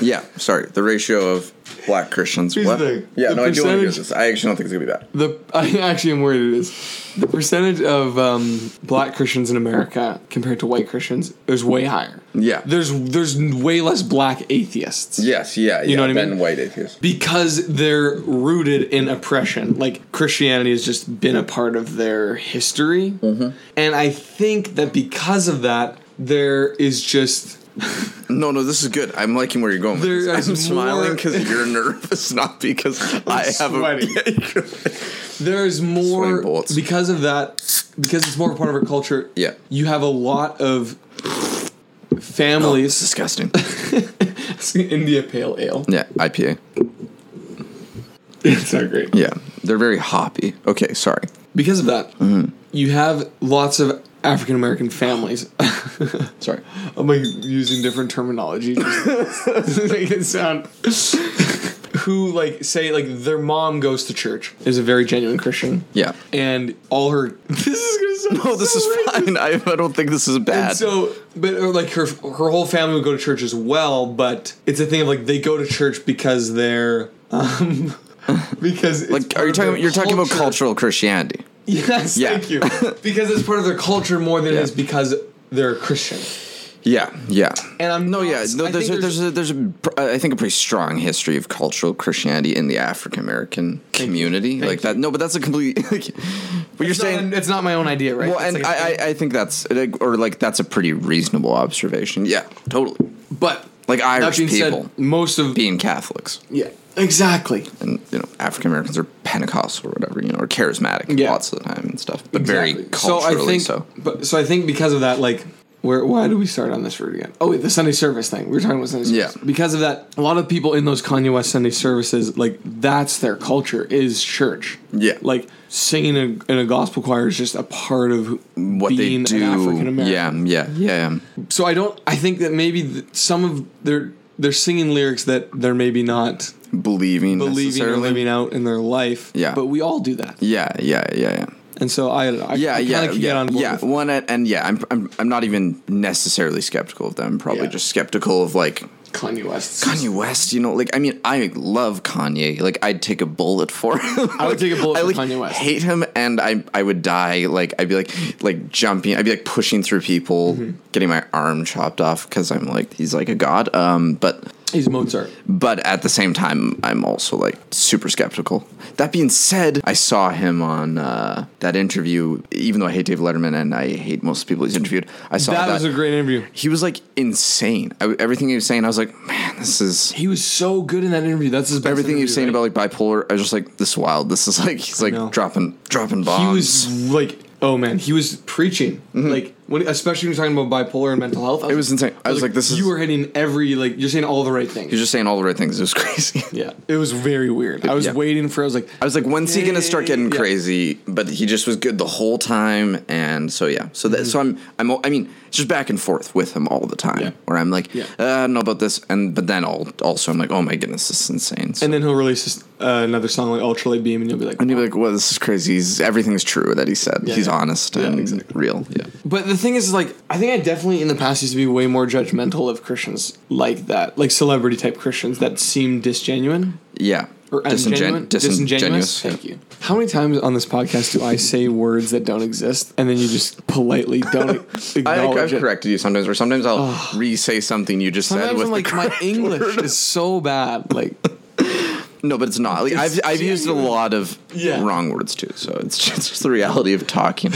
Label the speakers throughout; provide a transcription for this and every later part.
Speaker 1: yeah, sorry. The ratio of black Christians.
Speaker 2: Here's
Speaker 1: What?
Speaker 2: the thing.
Speaker 1: yeah,
Speaker 2: The
Speaker 1: no, I do want to
Speaker 2: percentage-
Speaker 1: use this. I actually don't think it's gonna be bad.
Speaker 2: The I actually am worried it is. The percentage of um, black Christians in America compared to white Christians is way higher.
Speaker 1: Yeah.
Speaker 2: There's there's way less black atheists.
Speaker 1: Yes, yeah, you
Speaker 2: know what I mean?
Speaker 1: Ben White atheist.
Speaker 2: Because they're rooted in oppression. Like Christianity has just been a part of their history. And I think that because of that, there is just
Speaker 1: No, no, this is good. I'm liking where you're going. With
Speaker 2: There
Speaker 1: this. I'm
Speaker 2: is more-
Speaker 1: smiling because you're nervous, not because i have
Speaker 2: sweating.
Speaker 1: a.
Speaker 2: there's more
Speaker 1: Sweating bullets.
Speaker 2: because of that because it's more part of our culture.
Speaker 1: Yeah.
Speaker 2: You have a lot of
Speaker 1: it's
Speaker 2: families
Speaker 1: disgusting.
Speaker 2: India pale ale.
Speaker 1: Yeah, IPA.
Speaker 2: It's not great.
Speaker 1: Yeah, they're very hoppy. Okay, sorry.
Speaker 2: Because of that,
Speaker 1: Mm-hmm.
Speaker 2: you have lots of African American families.
Speaker 1: Sorry.
Speaker 2: I'm like using different terminology just to make it sound. Who like say like their mom goes to church is a very genuine Christian.
Speaker 1: Yeah.
Speaker 2: And all her this is gonna sound
Speaker 1: No, this
Speaker 2: so
Speaker 1: is
Speaker 2: racist.
Speaker 1: fine. I, I don't think this is bad.
Speaker 2: So, but or, like her her whole family would go to church as well. But it's a thing of like they go to church because they're um because it's
Speaker 1: like,
Speaker 2: part
Speaker 1: are you
Speaker 2: of
Speaker 1: talking?
Speaker 2: their
Speaker 1: You're talking about cultural Christianity.
Speaker 2: Yes,
Speaker 1: Yeah.
Speaker 2: thank you. Because it's part of their culture more than
Speaker 1: Yeah.
Speaker 2: it is because they're Christian.
Speaker 1: Yeah, yeah.
Speaker 2: And I'm
Speaker 1: no,
Speaker 2: not-
Speaker 1: yeah. No,
Speaker 2: I
Speaker 1: there's a,
Speaker 2: think
Speaker 1: there's a, there's a pr- uh, I think a pretty strong history of cultural Christianity in the African American community, like that. No, but that's a complete. Like, but you're
Speaker 2: It's not,
Speaker 1: saying.
Speaker 2: it's not my own idea, right?
Speaker 1: Well,
Speaker 2: It's
Speaker 1: and
Speaker 2: like a
Speaker 1: I,
Speaker 2: thing.
Speaker 1: I, I think that's like, or like that's a pretty reasonable observation. Yeah, totally.
Speaker 2: but
Speaker 1: Like
Speaker 2: that
Speaker 1: Irish
Speaker 2: being
Speaker 1: people
Speaker 2: said, most of
Speaker 1: being Catholics,
Speaker 2: yeah, exactly.
Speaker 1: and you know African Americans are Pentecostal or whatever, you know, or charismatic
Speaker 2: Yeah.
Speaker 1: lots of the time and stuff, but very
Speaker 2: Exactly.
Speaker 1: culturally so.
Speaker 2: so I think, But so I think because of that, like, where why do we start on this route again? Oh wait, the Sunday service thing. We were talking about Sunday service.
Speaker 1: Yeah.
Speaker 2: Because of that, a lot of people in those Kanye West Sunday services, like, that's their culture is church.
Speaker 1: Yeah.
Speaker 2: Like singing in a, in a gospel choir is just a part of
Speaker 1: what they
Speaker 2: being
Speaker 1: do,
Speaker 2: An African American.
Speaker 1: yeah, yeah, yeah, yeah.
Speaker 2: So I don't. I think that maybe th- some of their they're singing lyrics that they're maybe not
Speaker 1: believing,
Speaker 2: believing or
Speaker 1: necessarily.
Speaker 2: living out in their life.
Speaker 1: Yeah.
Speaker 2: But we all do that.
Speaker 1: Yeah, yeah, yeah, yeah.
Speaker 2: And so I, I
Speaker 1: Yeah,
Speaker 2: I kinda
Speaker 1: yeah,
Speaker 2: can
Speaker 1: yeah,
Speaker 2: get on board
Speaker 1: yeah.
Speaker 2: with-
Speaker 1: One and, and yeah, I'm, I'm I'm not even necessarily skeptical of them. Probably
Speaker 2: Yeah.
Speaker 1: just skeptical of like
Speaker 2: Kanye West.
Speaker 1: Kanye West. You know, like I mean, I love Kanye. Like I'd take a bullet for him.
Speaker 2: I would take a bullet
Speaker 1: I
Speaker 2: for
Speaker 1: like,
Speaker 2: Kanye West.
Speaker 1: Hate him, and I I would die. Like I'd be like like jumping. I'd be like pushing through people,
Speaker 2: Mm-hmm.
Speaker 1: getting my arm chopped off because I'm like he's like a god. Um, but
Speaker 2: He's Mozart.
Speaker 1: but at the same time i'm also like super skeptical that being said i saw him on uh, that interview even though i hate dave letterman and i hate most people he's interviewed i saw that,
Speaker 2: That was a great interview.
Speaker 1: he was like insane I, everything he was saying i was like man this is
Speaker 2: He was so good in that interview. That's his best
Speaker 1: everything he was saying
Speaker 2: interview,
Speaker 1: about like bipolar i was just like this is wild this is like he's like
Speaker 2: know.
Speaker 1: dropping dropping
Speaker 2: right?
Speaker 1: bombs Mm-hmm.
Speaker 2: He was like, oh man, he was preaching. Like when, especially when you're talking about bipolar and mental health.
Speaker 1: it was insane i was like this is
Speaker 2: you were hitting every like you're saying all the right things.
Speaker 1: he was just saying all the right things it was crazy
Speaker 2: yeah, it was very weird. I was
Speaker 1: Yeah.
Speaker 2: waiting for. I was like,
Speaker 1: I was like, when's he gonna start getting
Speaker 2: Yeah.
Speaker 1: crazy? But he just was good the whole time, and so yeah. So that so I'm I'm I mean it's just back and forth with him all the time.
Speaker 2: Yeah.
Speaker 1: Where I'm like,
Speaker 2: Yeah.
Speaker 1: uh, I don't know about this, and but then all, also I'm like, oh my goodness, this is insane. So,
Speaker 2: and then he'll release this, uh, another song like Ultra Light Beam, and you'll be like,
Speaker 1: and you're like, well, this is crazy. He's, everything's true that he said.
Speaker 2: Yeah,
Speaker 1: He's
Speaker 2: yeah.
Speaker 1: honest
Speaker 2: Yeah,
Speaker 1: and
Speaker 2: exactly.
Speaker 1: real. Yeah.
Speaker 2: But the thing is, like, I think I definitely in the past used to be way more judgmental of Christians like that, like celebrity type Christians that seem disgenuine
Speaker 1: Yeah.
Speaker 2: or ungenu-
Speaker 1: Disingen- disen- genuous,
Speaker 2: disingenuous. Thank you. How many times on this podcast do I say words that don't exist and then you just politely don't e-,
Speaker 1: I,
Speaker 2: acknowledge
Speaker 1: I've
Speaker 2: it?
Speaker 1: corrected you sometimes, or sometimes I'll re-say something you just said
Speaker 2: Sometimes
Speaker 1: with
Speaker 2: I'm
Speaker 1: the
Speaker 2: like, my
Speaker 1: correct
Speaker 2: English
Speaker 1: word.
Speaker 2: is so bad. Like,
Speaker 1: No, but it's not. Like, I've I've used a lot of
Speaker 2: Yeah.
Speaker 1: wrong words too, so it's just, it's just the reality of talking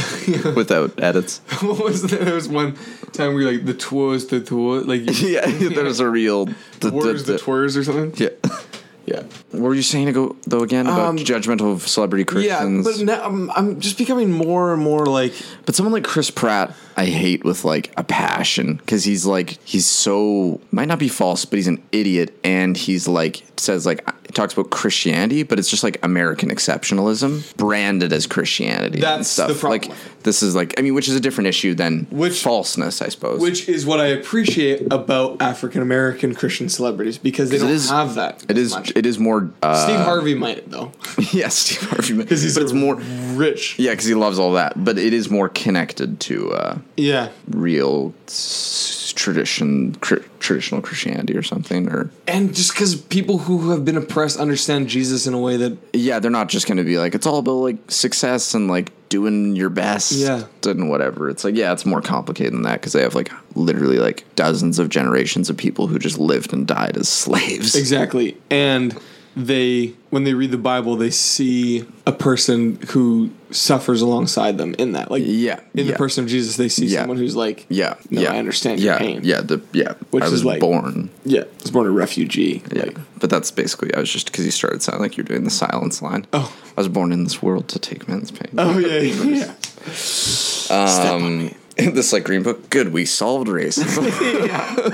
Speaker 1: without edits.
Speaker 2: what was there? There was one time where like the twas, the twas, like you-
Speaker 1: Yeah, there's a real. The,
Speaker 2: words, the twers or something.
Speaker 1: yeah.
Speaker 2: Yeah.
Speaker 1: What were you saying ago though again about
Speaker 2: Um,
Speaker 1: judgmental of celebrity
Speaker 2: Yeah,
Speaker 1: Christians?
Speaker 2: but now I'm, I'm just becoming more and more like
Speaker 1: but, someone like Chris Pratt, I hate with like a passion because he's like he's so might not be false, but he's an idiot, and he's like says like talks about Christianity, but it's just like American exceptionalism branded as Christianity. and
Speaker 2: That's
Speaker 1: stuff.
Speaker 2: the problem
Speaker 1: Like
Speaker 2: with
Speaker 1: this is like I mean, which is a different issue than
Speaker 2: Which-
Speaker 1: falseness, I suppose.
Speaker 2: which is what I appreciate about African American Christian celebrities because they don't
Speaker 1: is-
Speaker 2: have that.
Speaker 1: it
Speaker 2: as
Speaker 1: is
Speaker 2: much.
Speaker 1: it is more uh,
Speaker 2: Steve Harvey might though,
Speaker 1: yeah Steve Harvey, but
Speaker 2: because he's
Speaker 1: it's more
Speaker 2: rich.
Speaker 1: Yeah, because he loves all that, but it is more connected to uh,
Speaker 2: Yeah,
Speaker 1: real s- tradition, cr- traditional Christianity or something, or
Speaker 2: And just because people who have been oppressed understand Jesus in a way that
Speaker 1: yeah, they're not just going to be like it's all about like success and like doing your best
Speaker 2: Yeah.
Speaker 1: and whatever. It's like yeah, it's more complicated than that because they have like literally like dozens of generations of people who just lived and died as slaves.
Speaker 2: Exactly. And they when they read the Bible, they see a person who suffers alongside them in that. Like
Speaker 1: Yeah,
Speaker 2: in
Speaker 1: yeah.
Speaker 2: the person of Jesus, they see
Speaker 1: Yeah.
Speaker 2: someone who's like
Speaker 1: Yeah,
Speaker 2: no,
Speaker 1: yeah,
Speaker 2: I understand
Speaker 1: yeah,
Speaker 2: your pain.
Speaker 1: Yeah, the yeah,
Speaker 2: Which
Speaker 1: I
Speaker 2: is
Speaker 1: was
Speaker 2: like-
Speaker 1: born.
Speaker 2: Yeah. Was born a refugee.
Speaker 1: Yeah,
Speaker 2: Like
Speaker 1: but that's basically I was just because you started sounding like you're doing the silence line.
Speaker 2: Oh.
Speaker 1: I was born in this world to take men's pain. Um,
Speaker 2: Oh yeah, yeah. yeah. Step on me.
Speaker 1: this like green book, good, we solved racism.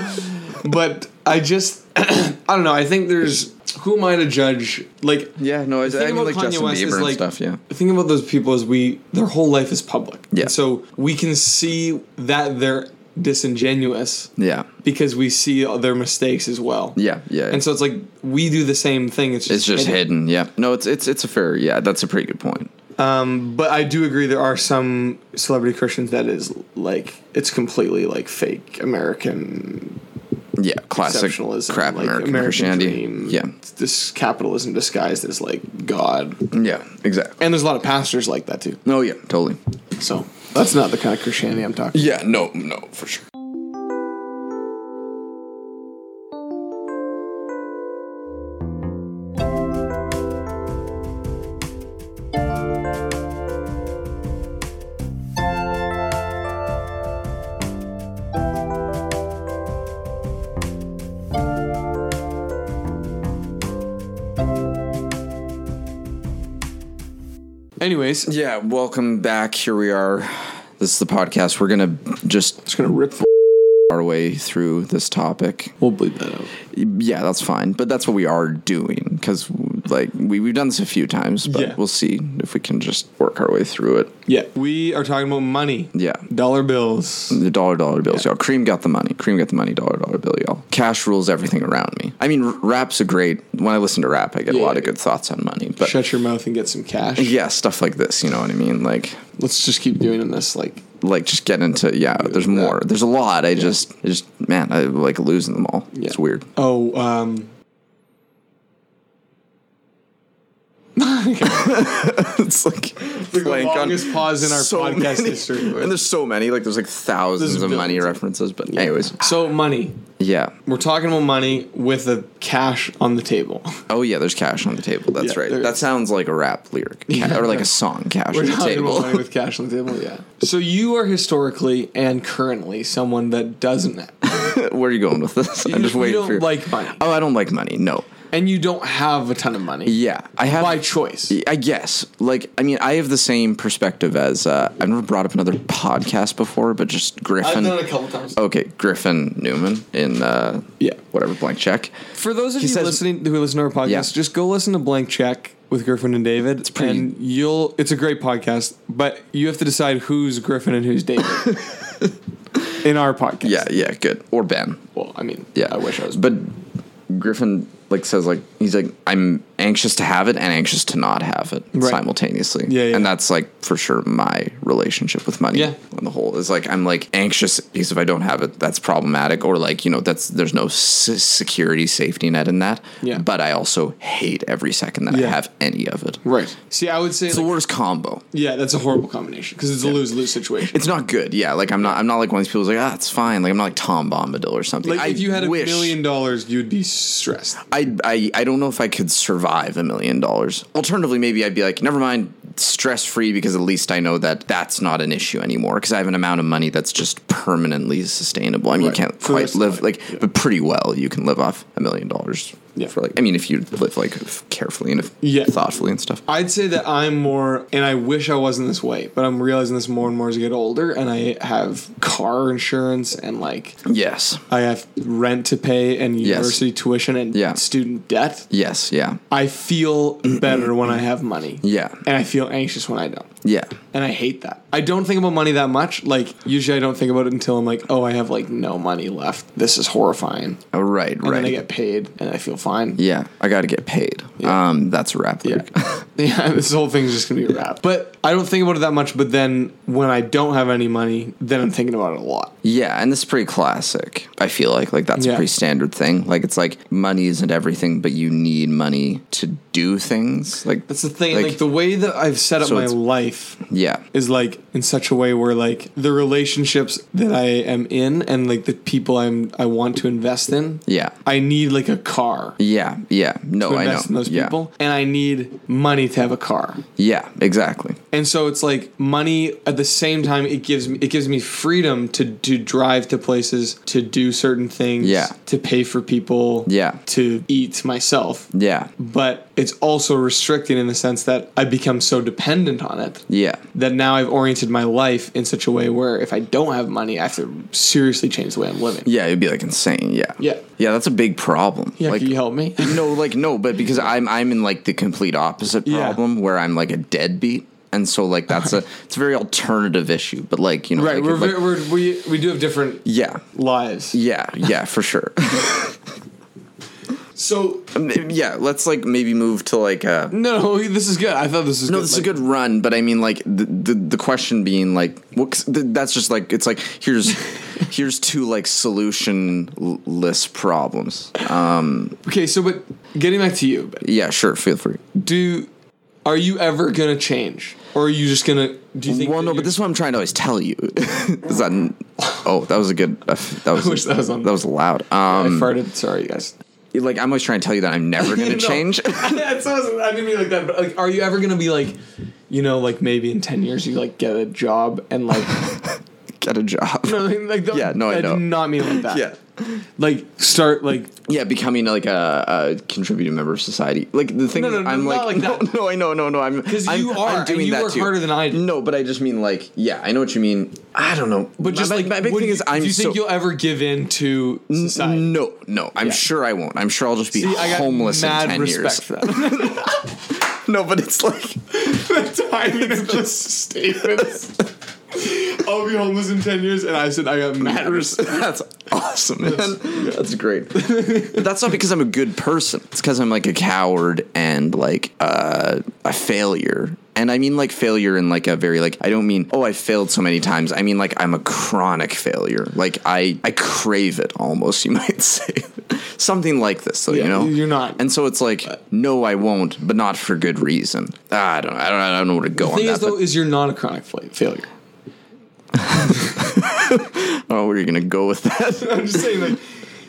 Speaker 2: But I just I don't know, I think there's who am I to judge like
Speaker 1: yeah, no, I,
Speaker 2: The thing
Speaker 1: I mean
Speaker 2: about
Speaker 1: like
Speaker 2: Kanye
Speaker 1: Justin
Speaker 2: West is,
Speaker 1: Bieber and
Speaker 2: like,
Speaker 1: stuff. Yeah,
Speaker 2: The thing about those people is we their whole life is public.
Speaker 1: Yeah.
Speaker 2: And so we can see that they're disingenuous
Speaker 1: yeah,
Speaker 2: because we see their mistakes as well.
Speaker 1: yeah, yeah.
Speaker 2: And so it's like we do the same thing. It's just,
Speaker 1: it's just hidden. Yeah, no, it's it's it's a fair. Yeah, that's a pretty good point.
Speaker 2: But I do agree there are some celebrity Christians that is like it's completely like fake American
Speaker 1: Yeah, classic
Speaker 2: exceptionalism,
Speaker 1: crap
Speaker 2: like
Speaker 1: American, Christianity.
Speaker 2: dream.
Speaker 1: Yeah,
Speaker 2: It's this capitalism disguised as like God.
Speaker 1: yeah, exactly.
Speaker 2: And there's a lot of pastors like that too.
Speaker 1: Oh yeah, totally.
Speaker 2: So that's not the kind of Christianity I'm talking.
Speaker 1: Yeah, no, no, for sure.
Speaker 2: Anyways, just
Speaker 1: Yeah, welcome back. Here we are. This is the podcast. We're gonna just
Speaker 2: gonna rip. The-
Speaker 1: our way through this topic.
Speaker 2: we'll bleep that out.
Speaker 1: Yeah, that's fine, but that's what we are doing because like we we've done this a few times, but
Speaker 2: Yeah.
Speaker 1: we'll see if we can just work our way through it.
Speaker 2: Yeah, we are talking about money.
Speaker 1: Yeah.
Speaker 2: dollar bills.
Speaker 1: The dollar dollar bills, y'all. Cream got the money. Cream got the money. Dollar dollar bill, y'all. Cash rules everything around me. I mean, r- rap's a great. When I listen to rap, I get a
Speaker 2: Yeah.
Speaker 1: lot of good thoughts on money. But
Speaker 2: Shut your mouth and get some cash.
Speaker 1: yeah, stuff like this. You know what I mean? Like,
Speaker 2: Let's just keep doing this. Like
Speaker 1: like just get into yeah. There's more. There's a lot. I just, I just man, I like losing them all. It's weird.
Speaker 2: Oh, um.
Speaker 1: it's like
Speaker 2: The
Speaker 1: blank on-
Speaker 2: longest pause in our podcast
Speaker 1: many-
Speaker 2: history.
Speaker 1: And there's so many, like there's like thousands
Speaker 2: There's
Speaker 1: of money
Speaker 2: billions.
Speaker 1: references. But anyways,
Speaker 2: So, money.
Speaker 1: yeah.
Speaker 2: We're talking about money with the cash on the table.
Speaker 1: Oh yeah, there's cash on the table. That's
Speaker 2: Yeah,
Speaker 1: right.
Speaker 2: there
Speaker 1: That
Speaker 2: is.
Speaker 1: sounds like a rap lyric Ca- or like a song. Cash
Speaker 2: We're
Speaker 1: on the
Speaker 2: talking about money
Speaker 1: table.
Speaker 2: with cash on the table, yeah. So, you are historically and currently someone that doesn't.
Speaker 1: Where are you going with this?
Speaker 2: You
Speaker 1: I'm just
Speaker 2: you
Speaker 1: waiting
Speaker 2: don't
Speaker 1: for.
Speaker 2: like money.
Speaker 1: oh, I don't like money. No.
Speaker 2: And you don't have a ton of money
Speaker 1: Yeah, I have.
Speaker 2: by choice.
Speaker 1: I guess. Like, I mean, I have the same perspective as uh, I've never brought up another podcast before, but just Griffin.
Speaker 2: couple times.
Speaker 1: okay, Griffin Newman in uh,
Speaker 2: Yeah.
Speaker 1: whatever blank check.
Speaker 2: For those of
Speaker 1: He
Speaker 2: you
Speaker 1: says-
Speaker 2: listening who listen to our podcast,
Speaker 1: Yeah.
Speaker 2: just go listen to Blank Check with Griffin and David. It's
Speaker 1: pretty-
Speaker 2: and you'll it's a great podcast, but you have to decide who's Griffin and who's David. In our podcast.
Speaker 1: Yeah, yeah, good. Or Ben.
Speaker 2: Well, I mean,
Speaker 1: Yeah,
Speaker 2: I wish I was
Speaker 1: But Griffin like says like he's like I'm anxious to have it and anxious to not have it
Speaker 2: Right.
Speaker 1: simultaneously.
Speaker 2: Yeah, yeah.
Speaker 1: And that's like for sure my relationship with money
Speaker 2: Yeah.
Speaker 1: on the whole is like I'm like anxious because if I don't have it, that's problematic or like you know that's there's no s- security safety net in that.
Speaker 2: Yeah.
Speaker 1: But I also hate every second that I
Speaker 2: Yeah.
Speaker 1: have any of it.
Speaker 2: Right. See, I would say
Speaker 1: It's the
Speaker 2: like-
Speaker 1: worst combo.
Speaker 2: yeah, that's a horrible combination because it's a lose lose situation.
Speaker 1: It's not good. Yeah, like I'm not. I'm not like one of these people who's like ah, it's fine. Like I'm not like Tom Bombadil or something.
Speaker 2: like
Speaker 1: I
Speaker 2: if you had a
Speaker 1: wish-
Speaker 2: million dollars, you'd be stressed.
Speaker 1: I, I I don't know if I could survive a million dollars. Alternatively, maybe I'd be like, never mind, stress free because at least I know that that's not an issue anymore because I have an amount of money that's just permanently sustainable. I mean,
Speaker 2: Right.
Speaker 1: you can't
Speaker 2: For the
Speaker 1: quite
Speaker 2: rest of
Speaker 1: live
Speaker 2: life,
Speaker 1: like,
Speaker 2: yeah.
Speaker 1: but pretty well you can live off a million dollars.
Speaker 2: Yeah.
Speaker 1: For like, I mean, if you live like f- carefully and if
Speaker 2: Yeah.
Speaker 1: thoughtfully and stuff.
Speaker 2: I'd say that I'm more, and I wish I wasn't this way, but I'm realizing this more and more as I get older, and I have car insurance and like
Speaker 1: Yes.
Speaker 2: I have rent to pay and university tuition and
Speaker 1: Yeah.
Speaker 2: student debt.
Speaker 1: Yes. Yeah.
Speaker 2: I feel better when I have money.
Speaker 1: Yeah.
Speaker 2: And I feel anxious when I don't.
Speaker 1: Yeah.
Speaker 2: And I hate that. I don't think about money that much. Like, usually I don't think about it until I'm like, oh, I have like no money left. This is horrifying.
Speaker 1: Oh, right.
Speaker 2: And then I
Speaker 1: Right.
Speaker 2: get paid and I feel fine.
Speaker 1: yeah. I got to get paid. Um, that's a wrap.
Speaker 2: Yeah.
Speaker 1: Luke.
Speaker 2: Yeah, this whole thing's just gonna be a wrap. But I don't think about it that much. But then when I don't have any money, then I'm thinking about it a lot.
Speaker 1: Yeah, and this is pretty classic. I feel like like that's
Speaker 2: Yeah.
Speaker 1: a pretty standard thing. Like it's like money isn't everything, but you need money to do things. Like
Speaker 2: That's the thing. Like, the way that I've set up
Speaker 1: So
Speaker 2: my
Speaker 1: it's-
Speaker 2: life
Speaker 1: yeah,
Speaker 2: is like in such a way where like the relationships that I am in and like the people I'm I want to invest in.
Speaker 1: Yeah.
Speaker 2: I need like a car.
Speaker 1: yeah, yeah. No,
Speaker 2: To
Speaker 1: I know.
Speaker 2: invest in those
Speaker 1: yeah,
Speaker 2: people, and I need money to have a car.
Speaker 1: yeah, exactly.
Speaker 2: And so it's like money at the same time it gives me it gives me freedom to to drive to places, to do certain things,
Speaker 1: Yeah.
Speaker 2: to pay for people,
Speaker 1: Yeah.
Speaker 2: to eat myself.
Speaker 1: Yeah,
Speaker 2: But it's also restricting in the sense that I become so dependent on it
Speaker 1: yeah,
Speaker 2: that now I've oriented my life in such a way where if I don't have money, I have to seriously change the way I'm living.
Speaker 1: yeah. It'd be like insane. Yeah,
Speaker 2: Yeah.
Speaker 1: yeah. That's a big problem.
Speaker 2: Yeah,
Speaker 1: like
Speaker 2: can you help me?
Speaker 1: no, like no, but because I'm I'm in like the complete opposite
Speaker 2: Yeah.
Speaker 1: problem where I'm like a deadbeat, and so like that's a it's a very alternative issue. But like you know,
Speaker 2: Right,
Speaker 1: like,
Speaker 2: we're,
Speaker 1: like-
Speaker 2: very we're, we we do have different
Speaker 1: yeah,
Speaker 2: lives.
Speaker 1: yeah, yeah, for sure.
Speaker 2: So
Speaker 1: yeah, let's like maybe move to like uh
Speaker 2: no, this is good. I thought this was
Speaker 1: no,
Speaker 2: good.
Speaker 1: this is
Speaker 2: Like,
Speaker 1: a good run, but I mean, like the the, the question being like, what, cause th- that's just like it's like here's here's two like solutionless problems.
Speaker 2: Okay, so but getting back to you,
Speaker 1: Yeah, sure, feel free.
Speaker 2: do are you ever gonna change, or are you just gonna? Do you think?
Speaker 1: Well,
Speaker 2: that
Speaker 1: no,
Speaker 2: you're-
Speaker 1: but this is what I'm trying to always tell you. is that? Oh, that was a good. That was.
Speaker 2: wish that was on-
Speaker 1: That was loud.
Speaker 2: I
Speaker 1: Um,
Speaker 2: farted. Sorry, guys.
Speaker 1: like I'm always trying to tell you that I'm never going to
Speaker 2: No.
Speaker 1: change.
Speaker 2: That's what I was- I didn't mean like that. But like, are you ever gonna be like, you know, like maybe in ten years you like get a job and like,
Speaker 1: Get a job.
Speaker 2: no, like the,
Speaker 1: Yeah, no, I know.
Speaker 2: did not mean like that.
Speaker 1: Yeah.
Speaker 2: like start like
Speaker 1: Yeah, becoming like a, a contributing member of society. Like the thing
Speaker 2: No,
Speaker 1: is,
Speaker 2: no, no,
Speaker 1: I'm
Speaker 2: not
Speaker 1: like,
Speaker 2: like that.
Speaker 1: no, no, I know, no, no. I'm because
Speaker 2: you are,
Speaker 1: I'm
Speaker 2: and
Speaker 1: doing
Speaker 2: you
Speaker 1: that
Speaker 2: work
Speaker 1: too.
Speaker 2: harder than I do.
Speaker 1: No, but I just mean like, yeah, I know what you mean. I don't know,
Speaker 2: but just
Speaker 1: my,
Speaker 2: like
Speaker 1: my big
Speaker 2: would
Speaker 1: thing
Speaker 2: you-
Speaker 1: is, I'm
Speaker 2: do you
Speaker 1: so
Speaker 2: think you'll ever give in to society?
Speaker 1: no, no. I'm
Speaker 2: Yeah.
Speaker 1: sure I won't. I'm sure I'll just be
Speaker 2: See, I got
Speaker 1: homeless in
Speaker 2: mad
Speaker 1: ten
Speaker 2: respect
Speaker 1: years.
Speaker 2: for that.
Speaker 1: No, but it's like,
Speaker 2: the timing of those statements. I'll be homeless in ten years, and I said I got mad respect.
Speaker 1: That's awesome, man. That's, great. But that's not because I'm a good person. It's because I'm like a coward and like uh, a failure. And I mean like failure in like a very like I don't mean oh I failed so many times. I mean like I'm a chronic failure. Like I I crave it almost. You might say something like this. So
Speaker 2: Yeah,
Speaker 1: you know
Speaker 2: you're not-
Speaker 1: And so it's like no, I won't, but not for good reason. Ah, I don't I don't I don't know where to go
Speaker 2: The
Speaker 1: on
Speaker 2: thing
Speaker 1: that.
Speaker 2: is, though,
Speaker 1: but
Speaker 2: is you're not a chronic fla- failure.
Speaker 1: I don't know oh, where you're gonna go with that.
Speaker 2: I'm just saying, like,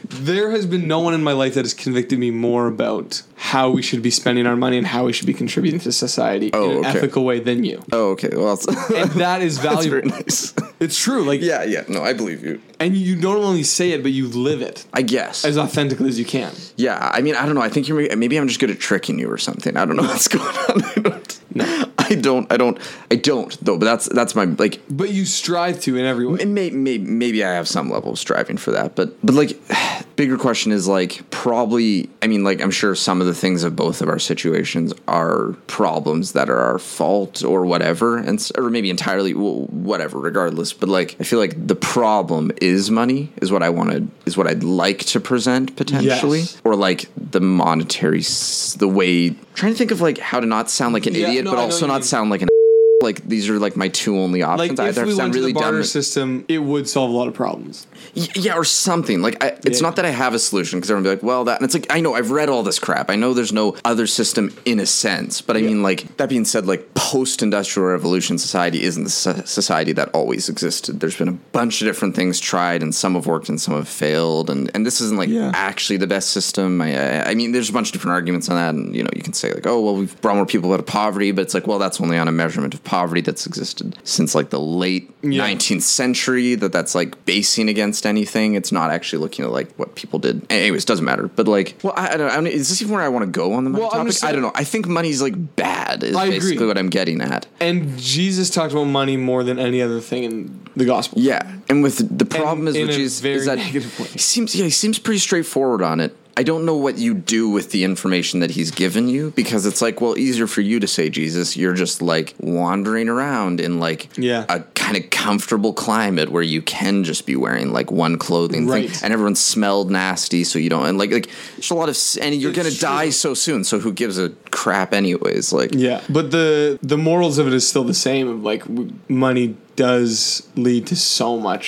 Speaker 2: there has been no one in my life that has convicted me more about how we should be spending our money and how we should be contributing to society in an
Speaker 1: Oh, okay.
Speaker 2: ethical way than you.
Speaker 1: oh okay, well that's,
Speaker 2: And that is
Speaker 1: that's very
Speaker 2: valuable.
Speaker 1: nice.
Speaker 2: It's true. Like,
Speaker 1: Yeah, yeah. No, I believe you.
Speaker 2: and you don't only say it, but you live it
Speaker 1: I guess.
Speaker 2: as authentically as you can.
Speaker 1: yeah, I mean, I don't know. I think you're maybe, maybe I'm just good at tricking you or something. I don't know what's going on. I don't. I don't. I don't. I don't though. But that's that's my like.
Speaker 2: But you strive to in every way.
Speaker 1: Maybe maybe maybe I have some level of striving for that. But but like, bigger question is like probably. I mean, like I'm sure some of the things of both of our situations are problems that are our fault or whatever, and s- or maybe entirely wh- whatever. Regardless, but like I feel like the problem is money is what I wanted is what I'd like to present potentially
Speaker 2: Yes.
Speaker 1: or like the monetary s- the way trying to think of like how to not sound like an
Speaker 2: Yeah,
Speaker 1: idiot
Speaker 2: no,
Speaker 1: but
Speaker 2: I know
Speaker 1: also
Speaker 2: what you
Speaker 1: not
Speaker 2: mean.
Speaker 1: sound like an like these are like my two only
Speaker 2: Like,
Speaker 1: options I
Speaker 2: if
Speaker 1: either
Speaker 2: we
Speaker 1: sound
Speaker 2: went to
Speaker 1: really
Speaker 2: the barter
Speaker 1: dumb
Speaker 2: system, it would solve a lot of problems.
Speaker 1: Y- yeah or something like I, it's
Speaker 2: Yeah.
Speaker 1: not that i have a solution because everyone be like well that and it's like i know i've read all this crap i know there's no other system in a sense but i mean like that being said like post-industrial revolution society isn't the so- society that always existed there's been a bunch of different things tried and some have worked and some have failed and and this isn't like
Speaker 2: Yeah.
Speaker 1: actually the best system I, I i mean there's a bunch of different arguments on that and you know you can say like oh well we've brought more people out of poverty but it's like well that's only on a measurement of poverty that's existed since like the late
Speaker 2: Yeah.
Speaker 1: 19th century that that's like basing against anything it's not actually looking at like what people did anyways doesn't matter but like well i, I don't I mean, is this even where i want to go on the money
Speaker 2: Well, I'm
Speaker 1: topic
Speaker 2: just
Speaker 1: i
Speaker 2: saying-
Speaker 1: don't know i think money's like bad is
Speaker 2: I agree.
Speaker 1: basically what i'm getting at
Speaker 2: And Jesus talked about money more than any other thing in the gospel.
Speaker 1: yeah and with the problem
Speaker 2: in
Speaker 1: is
Speaker 2: a
Speaker 1: which is,
Speaker 2: very
Speaker 1: is that
Speaker 2: negative way.
Speaker 1: he seems yeah he seems pretty straightforward on it I don't know what you do with the information that he's given you because it's like, well, easier for you to say Jesus. You're just like wandering around in like
Speaker 2: Yeah.
Speaker 1: a kind of comfortable climate where you can just be wearing like one clothing thing
Speaker 2: Right.
Speaker 1: and everyone smelled nasty. So you don't, and like, like there's a lot of, s- and you're
Speaker 2: It's
Speaker 1: going to
Speaker 2: true.
Speaker 1: die so soon. So who gives a crap anyways? Like,
Speaker 2: Yeah, but the the morals of it is still the same. Of like, w- money does lead to so much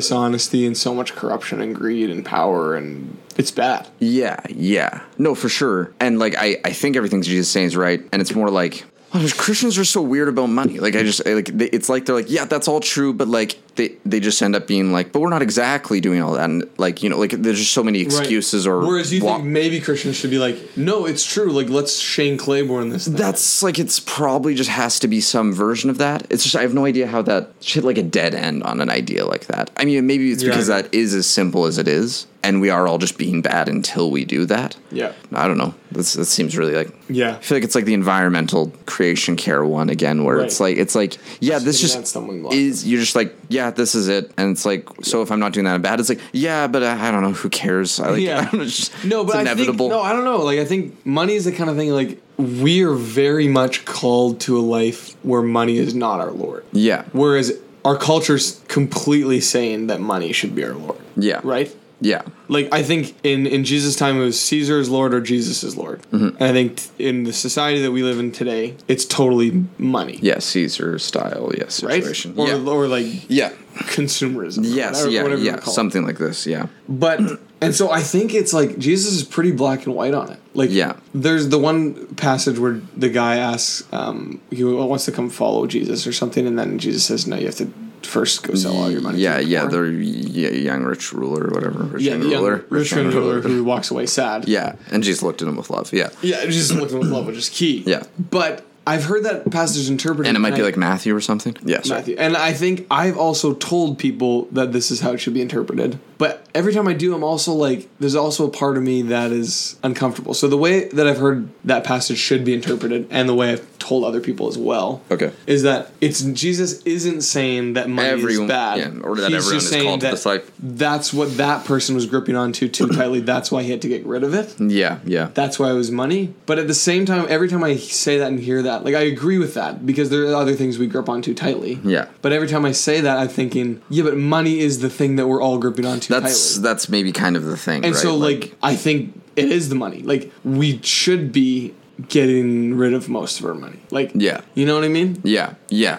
Speaker 2: dishonesty and so much corruption and greed and power, and it's bad.
Speaker 1: Yeah, yeah. No, for sure. And like I, I think everything Jesus is saying is right. And it's more like oh, Christians are so weird about money. Like I just I, like they, it's like they're like, yeah, that's all true, but like they they just end up being like, but we're not exactly doing all that. And like you know, like there's just so many excuses or
Speaker 2: whereas you
Speaker 1: wa-
Speaker 2: think maybe Christians should be like, no, it's true. Like, let's Shane Claiborne this. Thing.
Speaker 1: that's like it's probably just has to be some version of that. It's just I have no idea how that shit like a dead end on an idea like that. I mean, maybe it's
Speaker 2: Yeah.
Speaker 1: because that is as simple as it is, and we are all just being bad until we do that.
Speaker 2: Yeah.
Speaker 1: I don't know. This that seems really like
Speaker 2: Yeah.
Speaker 1: I feel like it's like the environmental creation care one again, where it's
Speaker 2: Right.
Speaker 1: like it's like yeah, this
Speaker 2: hitting that
Speaker 1: just
Speaker 2: stumbling block.
Speaker 1: is you're just like yeah, this is it, and it's like so if I'm not doing that, I'm bad. It's like yeah, but I, I don't know who cares. I, like, I
Speaker 2: yeah.
Speaker 1: don't know, it's just,
Speaker 2: no, but
Speaker 1: it's
Speaker 2: I think no, I don't know. Like I think money is the kind of thing like we are very much called to a life where money is not our lord.
Speaker 1: Yeah.
Speaker 2: Whereas our culture's completely saying that money should be our lord.
Speaker 1: yeah,
Speaker 2: Right?
Speaker 1: Yeah,
Speaker 2: Like I think in in Jesus' time it was Caesar is lord or Jesus is lord.
Speaker 1: Mm-hmm.
Speaker 2: And I think t- in the society that we live in today, it's totally money.
Speaker 1: yeah, Caesar style, yeah,
Speaker 2: Right?
Speaker 1: situation,
Speaker 2: Or
Speaker 1: yeah.
Speaker 2: or like
Speaker 1: yeah.
Speaker 2: consumerism. or
Speaker 1: Yes,
Speaker 2: whatever-
Speaker 1: yeah,
Speaker 2: whatever you
Speaker 1: yeah,
Speaker 2: wanna call it.
Speaker 1: something like this, yeah.
Speaker 2: But and so I think it's like Jesus is pretty black and white on it. Like
Speaker 1: Yeah.
Speaker 2: there's the one passage where the guy asks um he wants to come follow Jesus or something and then Jesus says no you have to first go sell all your money. to
Speaker 1: Yeah,
Speaker 2: the
Speaker 1: yeah,
Speaker 2: poor."
Speaker 1: the yeah, young rich ruler or whatever. Rich
Speaker 2: yeah,
Speaker 1: young
Speaker 2: the young
Speaker 1: ruler.
Speaker 2: rich man ruler who walks away sad.
Speaker 1: Yeah, and Jesus looked at him with love, yeah.
Speaker 2: Yeah, Jesus looked with love, which is key.
Speaker 1: Yeah.
Speaker 2: But I've heard that passage interpreted
Speaker 1: And it might be
Speaker 2: I-
Speaker 1: like Matthew or something. Yeah, sorry.
Speaker 2: Matthew. And I think I've also told people that this is how it should be interpreted. But every time I do, I'm also like, there's also a part of me that is uncomfortable. So the way that I've heard that passage should be interpreted, and the way I've told other people as well,
Speaker 1: Okay.
Speaker 2: is that it's Jesus isn't saying that money
Speaker 1: Everyone-
Speaker 2: is bad,
Speaker 1: yeah, or that everyone is called to
Speaker 2: that
Speaker 1: this life.
Speaker 2: that's what that person was gripping onto too tightly. That's why he had to get rid of it
Speaker 1: Yeah, yeah.
Speaker 2: that's why it was money. But at the same time, every time I say that and hear that, like I agree with that because there are other things we grip on too tightly.
Speaker 1: Yeah.
Speaker 2: But every time I say that, I'm thinking, yeah, but money is the thing that we're all gripping on too
Speaker 1: That's
Speaker 2: tightly.
Speaker 1: that's maybe kind of the thing.
Speaker 2: And
Speaker 1: right?
Speaker 2: so, like, I think it is the money. Like, we should be getting rid of most of our money. Like,
Speaker 1: Yeah.
Speaker 2: you know what I mean?
Speaker 1: yeah, yeah,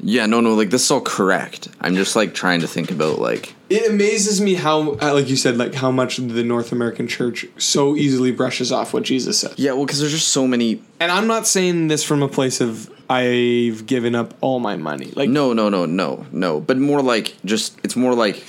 Speaker 1: yeah. No, no, like this is all correct. I'm just like trying to think about like
Speaker 2: It amazes me how, uh, like you said, like how much the North American church so easily brushes off what Jesus said.
Speaker 1: yeah, well, because there's just so many.
Speaker 2: And I'm not saying this from a place of I've given up all my money. Like,
Speaker 1: No, no, no, no, no. But more like just it's more like.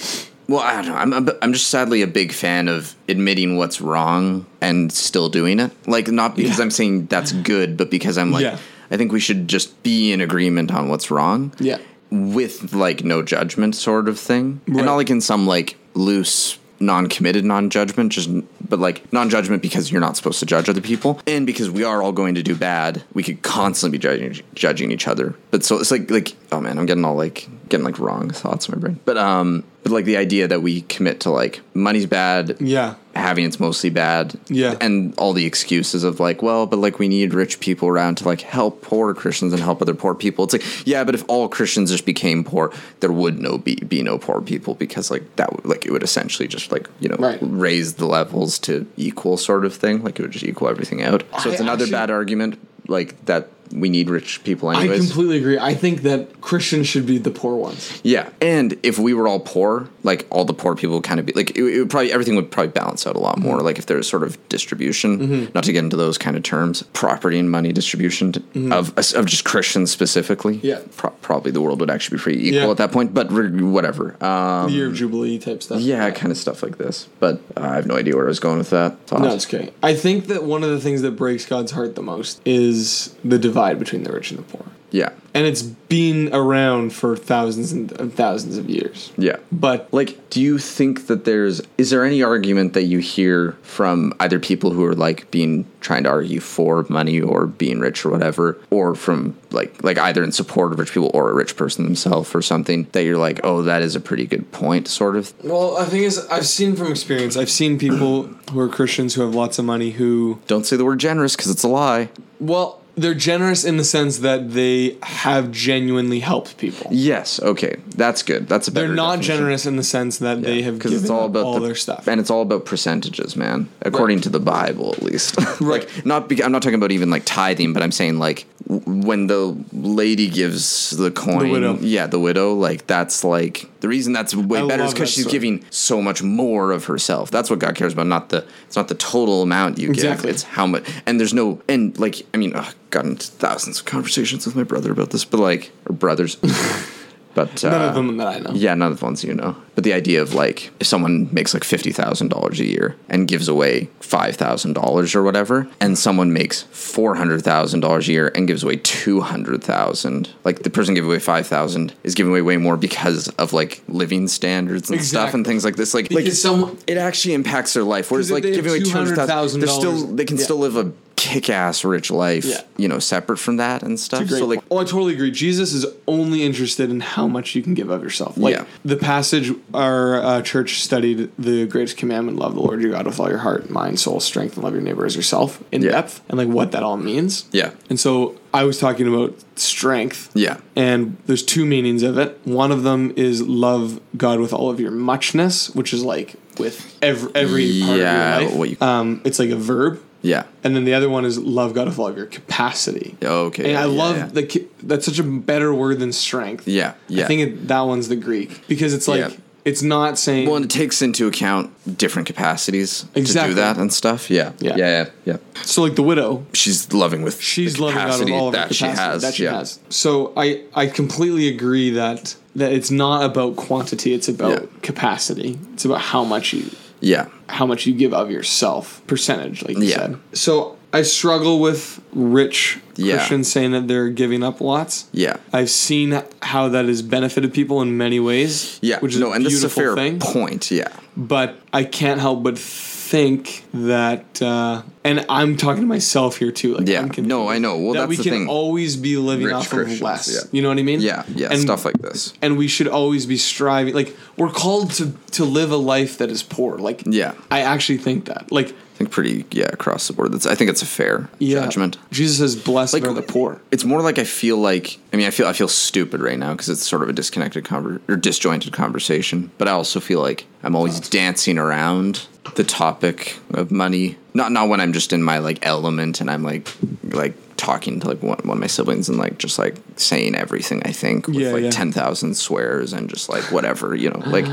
Speaker 1: Well, I don't know. I'm, I'm I'm just sadly a big fan of admitting what's wrong and still doing it. Like not because
Speaker 2: Yeah.
Speaker 1: I'm saying that's good, but because I'm like
Speaker 2: Yeah.
Speaker 1: I think we should just be in agreement on what's wrong.
Speaker 2: Yeah.
Speaker 1: with like no judgment sort of thing, and
Speaker 2: Right.
Speaker 1: not like in some like loose, non-committed non-judgment, just but like non-judgment because you're not supposed to judge other people, and because we are all going to do bad, we could constantly be judging judging each other. But so it's like like oh man, I'm getting all like getting like wrong thoughts in my brain. But um, but like the idea that we commit to like money's bad,
Speaker 2: Yeah.
Speaker 1: having it's mostly bad.
Speaker 2: Yeah.
Speaker 1: And all the excuses of like, well, but like we need rich people around to like help poor Christians and help other poor people. It's like, yeah, but if all Christians just became poor, there would no be, be no poor people because like that would like it would essentially just like, you know,
Speaker 2: Right.
Speaker 1: raise the levels to equal sort of thing. Like it would just equal everything out. So
Speaker 2: I
Speaker 1: it's another
Speaker 2: actually-
Speaker 1: bad argument like that we need rich people
Speaker 2: I
Speaker 1: anyways.
Speaker 2: completely agree. I think that Christians should be the poor ones.
Speaker 1: Yeah, and if we were all poor, like all the poor people would kind of be like, it, it would probably everything would probably balance out a lot more. Like if there's sort of distribution,
Speaker 2: Mm-hmm.
Speaker 1: not to get into those kind of terms, property and money distribution t- of of just Christians specifically.
Speaker 2: Mm-hmm. Yeah.
Speaker 1: pro- probably the world would actually be pretty equal
Speaker 2: Yeah.
Speaker 1: at that point. But re- whatever. Um,
Speaker 2: The year of Jubilee type stuff.
Speaker 1: yeah, kind of stuff like this. But I have no idea where I was going with that. Thought.
Speaker 2: No, it's okay. I think that one of the things that breaks God's heart the most is the divide between the rich and the poor.
Speaker 1: Yeah.
Speaker 2: and it's been around for thousands and and thousands of years.
Speaker 1: Yeah.
Speaker 2: But
Speaker 1: Like, do you think that there's is there any argument that you hear from either people who are like being trying to argue for money or being rich or whatever, or from like like either in support of rich people or a rich person themselves or something that you're like, oh, that is a pretty good point, sort of.
Speaker 2: well, I think is I've seen from experience. I've seen people who are Christians who have lots of money who
Speaker 1: Don't say the word generous because it's a lie.
Speaker 2: well, they're generous in the sense that they have genuinely helped people.
Speaker 1: Yes. Okay. That's good. That's a better.
Speaker 2: They're not
Speaker 1: definition.
Speaker 2: generous in the sense that they have
Speaker 1: because
Speaker 2: given
Speaker 1: it's all
Speaker 2: up
Speaker 1: about
Speaker 2: all
Speaker 1: the-
Speaker 2: their stuff.
Speaker 1: and it's all about percentages, man. According to the Bible, at least.
Speaker 2: Right.
Speaker 1: like, not. Be- I'm not talking about even like tithing, but I'm saying like w- when the lady gives the coin,
Speaker 2: widow.
Speaker 1: yeah, the widow. Like that's like the reason that's way
Speaker 2: I
Speaker 1: better is
Speaker 2: love
Speaker 1: because
Speaker 2: that
Speaker 1: she's
Speaker 2: story.
Speaker 1: giving so much more of herself. That's what God cares about. Not the. It's not the total amount you
Speaker 2: Exactly.
Speaker 1: give. It's how much. And there's no. And like I mean, ugh, gotten into thousands of conversations with my brother about this, but like or brothers. But uh,
Speaker 2: None of them that I know.
Speaker 1: yeah, not the ones you know. But the idea of like if someone makes like fifty thousand dollars a year and gives away five thousand dollars or whatever, and someone makes four hundred thousand dollars a year and gives away two hundred thousand, like the person giving away five thousand is giving away way more because of like living standards and stuff
Speaker 2: Exactly.
Speaker 1: and things like this. Like like
Speaker 2: Because someone-
Speaker 1: it actually impacts their life. Whereas
Speaker 2: Because if
Speaker 1: like
Speaker 2: they have
Speaker 1: giving away two hundred thousand, they're still
Speaker 2: $200,000
Speaker 1: they can
Speaker 2: yeah.
Speaker 1: still live a kick ass rich life,
Speaker 2: Yeah.
Speaker 1: you know, separate from that and stuff.
Speaker 2: Great
Speaker 1: So like
Speaker 2: point. oh, I totally agree. Jesus is only interested in how much you can give of yourself. Like
Speaker 1: Yeah.
Speaker 2: the passage our uh, church studied, the greatest commandment: love the Lord your God with all your heart, mind, soul, strength, and love your neighbor as yourself in
Speaker 1: Yeah.
Speaker 2: depth, and like what that all means.
Speaker 1: Yeah.
Speaker 2: And so I was talking about strength.
Speaker 1: Yeah.
Speaker 2: And there's two meanings of it. One of them is love God with all of your muchness, which is like with every every part
Speaker 1: Yeah,
Speaker 2: of your life.
Speaker 1: what you-
Speaker 2: um, it's like a verb.
Speaker 1: Yeah.
Speaker 2: And then the other one is love God with all of your capacity.
Speaker 1: Okay.
Speaker 2: And I
Speaker 1: yeah,
Speaker 2: love
Speaker 1: yeah.
Speaker 2: the ki- that's such a better word than strength.
Speaker 1: Yeah, yeah.
Speaker 2: I think it, that one's the Greek because it's like
Speaker 1: Yeah.
Speaker 2: it's not saying
Speaker 1: Well, and it takes into account different capacities to
Speaker 2: Exactly.
Speaker 1: do that and stuff. Yeah.
Speaker 2: Yeah.
Speaker 1: Yeah. Yeah. yeah.
Speaker 2: so like the widow.
Speaker 1: She's loving with
Speaker 2: She's
Speaker 1: the
Speaker 2: loving God with
Speaker 1: capacity
Speaker 2: all of her
Speaker 1: that she
Speaker 2: capacity
Speaker 1: has.
Speaker 2: that she
Speaker 1: yeah.
Speaker 2: has. So I I completely agree that that it's not about quantity. It's about
Speaker 1: Yeah.
Speaker 2: capacity. It's about how much you
Speaker 1: Yeah.
Speaker 2: how much you give of yourself percentage, like you
Speaker 1: Yeah.
Speaker 2: said. So I struggle with rich
Speaker 1: Yeah.
Speaker 2: Christians saying that they're giving up lots.
Speaker 1: Yeah.
Speaker 2: I've seen how that has benefited people in many ways.
Speaker 1: Yeah.
Speaker 2: which is
Speaker 1: no,
Speaker 2: a
Speaker 1: and this is a
Speaker 2: beautiful
Speaker 1: fair
Speaker 2: thing.
Speaker 1: point. Yeah.
Speaker 2: But I can't help but think that, uh, and I'm talking to myself here too. Like,
Speaker 1: Yeah.
Speaker 2: I'm convinced
Speaker 1: no, I know. Well,
Speaker 2: that
Speaker 1: that's
Speaker 2: we
Speaker 1: the
Speaker 2: can
Speaker 1: thing.
Speaker 2: always be living
Speaker 1: Rich
Speaker 2: off
Speaker 1: Christians,
Speaker 2: of less.
Speaker 1: yeah.
Speaker 2: You know what I mean?
Speaker 1: yeah. Yeah.
Speaker 2: And,
Speaker 1: stuff like this.
Speaker 2: and we should always be striving. Like we're called to to live a life that is poor. Like
Speaker 1: Yeah.
Speaker 2: I actually think that. Like
Speaker 1: I think pretty, yeah, across the board. That's, I think it's a fair
Speaker 2: yeah,
Speaker 1: judgment.
Speaker 2: Jesus says, "Blessed
Speaker 1: Like-
Speaker 2: are the poor."
Speaker 1: It's more like I feel like I mean I feel I feel stupid right now because it's sort of a disconnected conver- or disjointed conversation, but I also feel like I'm always dancing around the topic of money. Not not when I'm just in my like element and I'm like like talking to like one, one of my siblings and like just like saying everything I think with
Speaker 2: Yeah,
Speaker 1: like
Speaker 2: yeah.
Speaker 1: 10,000 swears and just like whatever, you know, like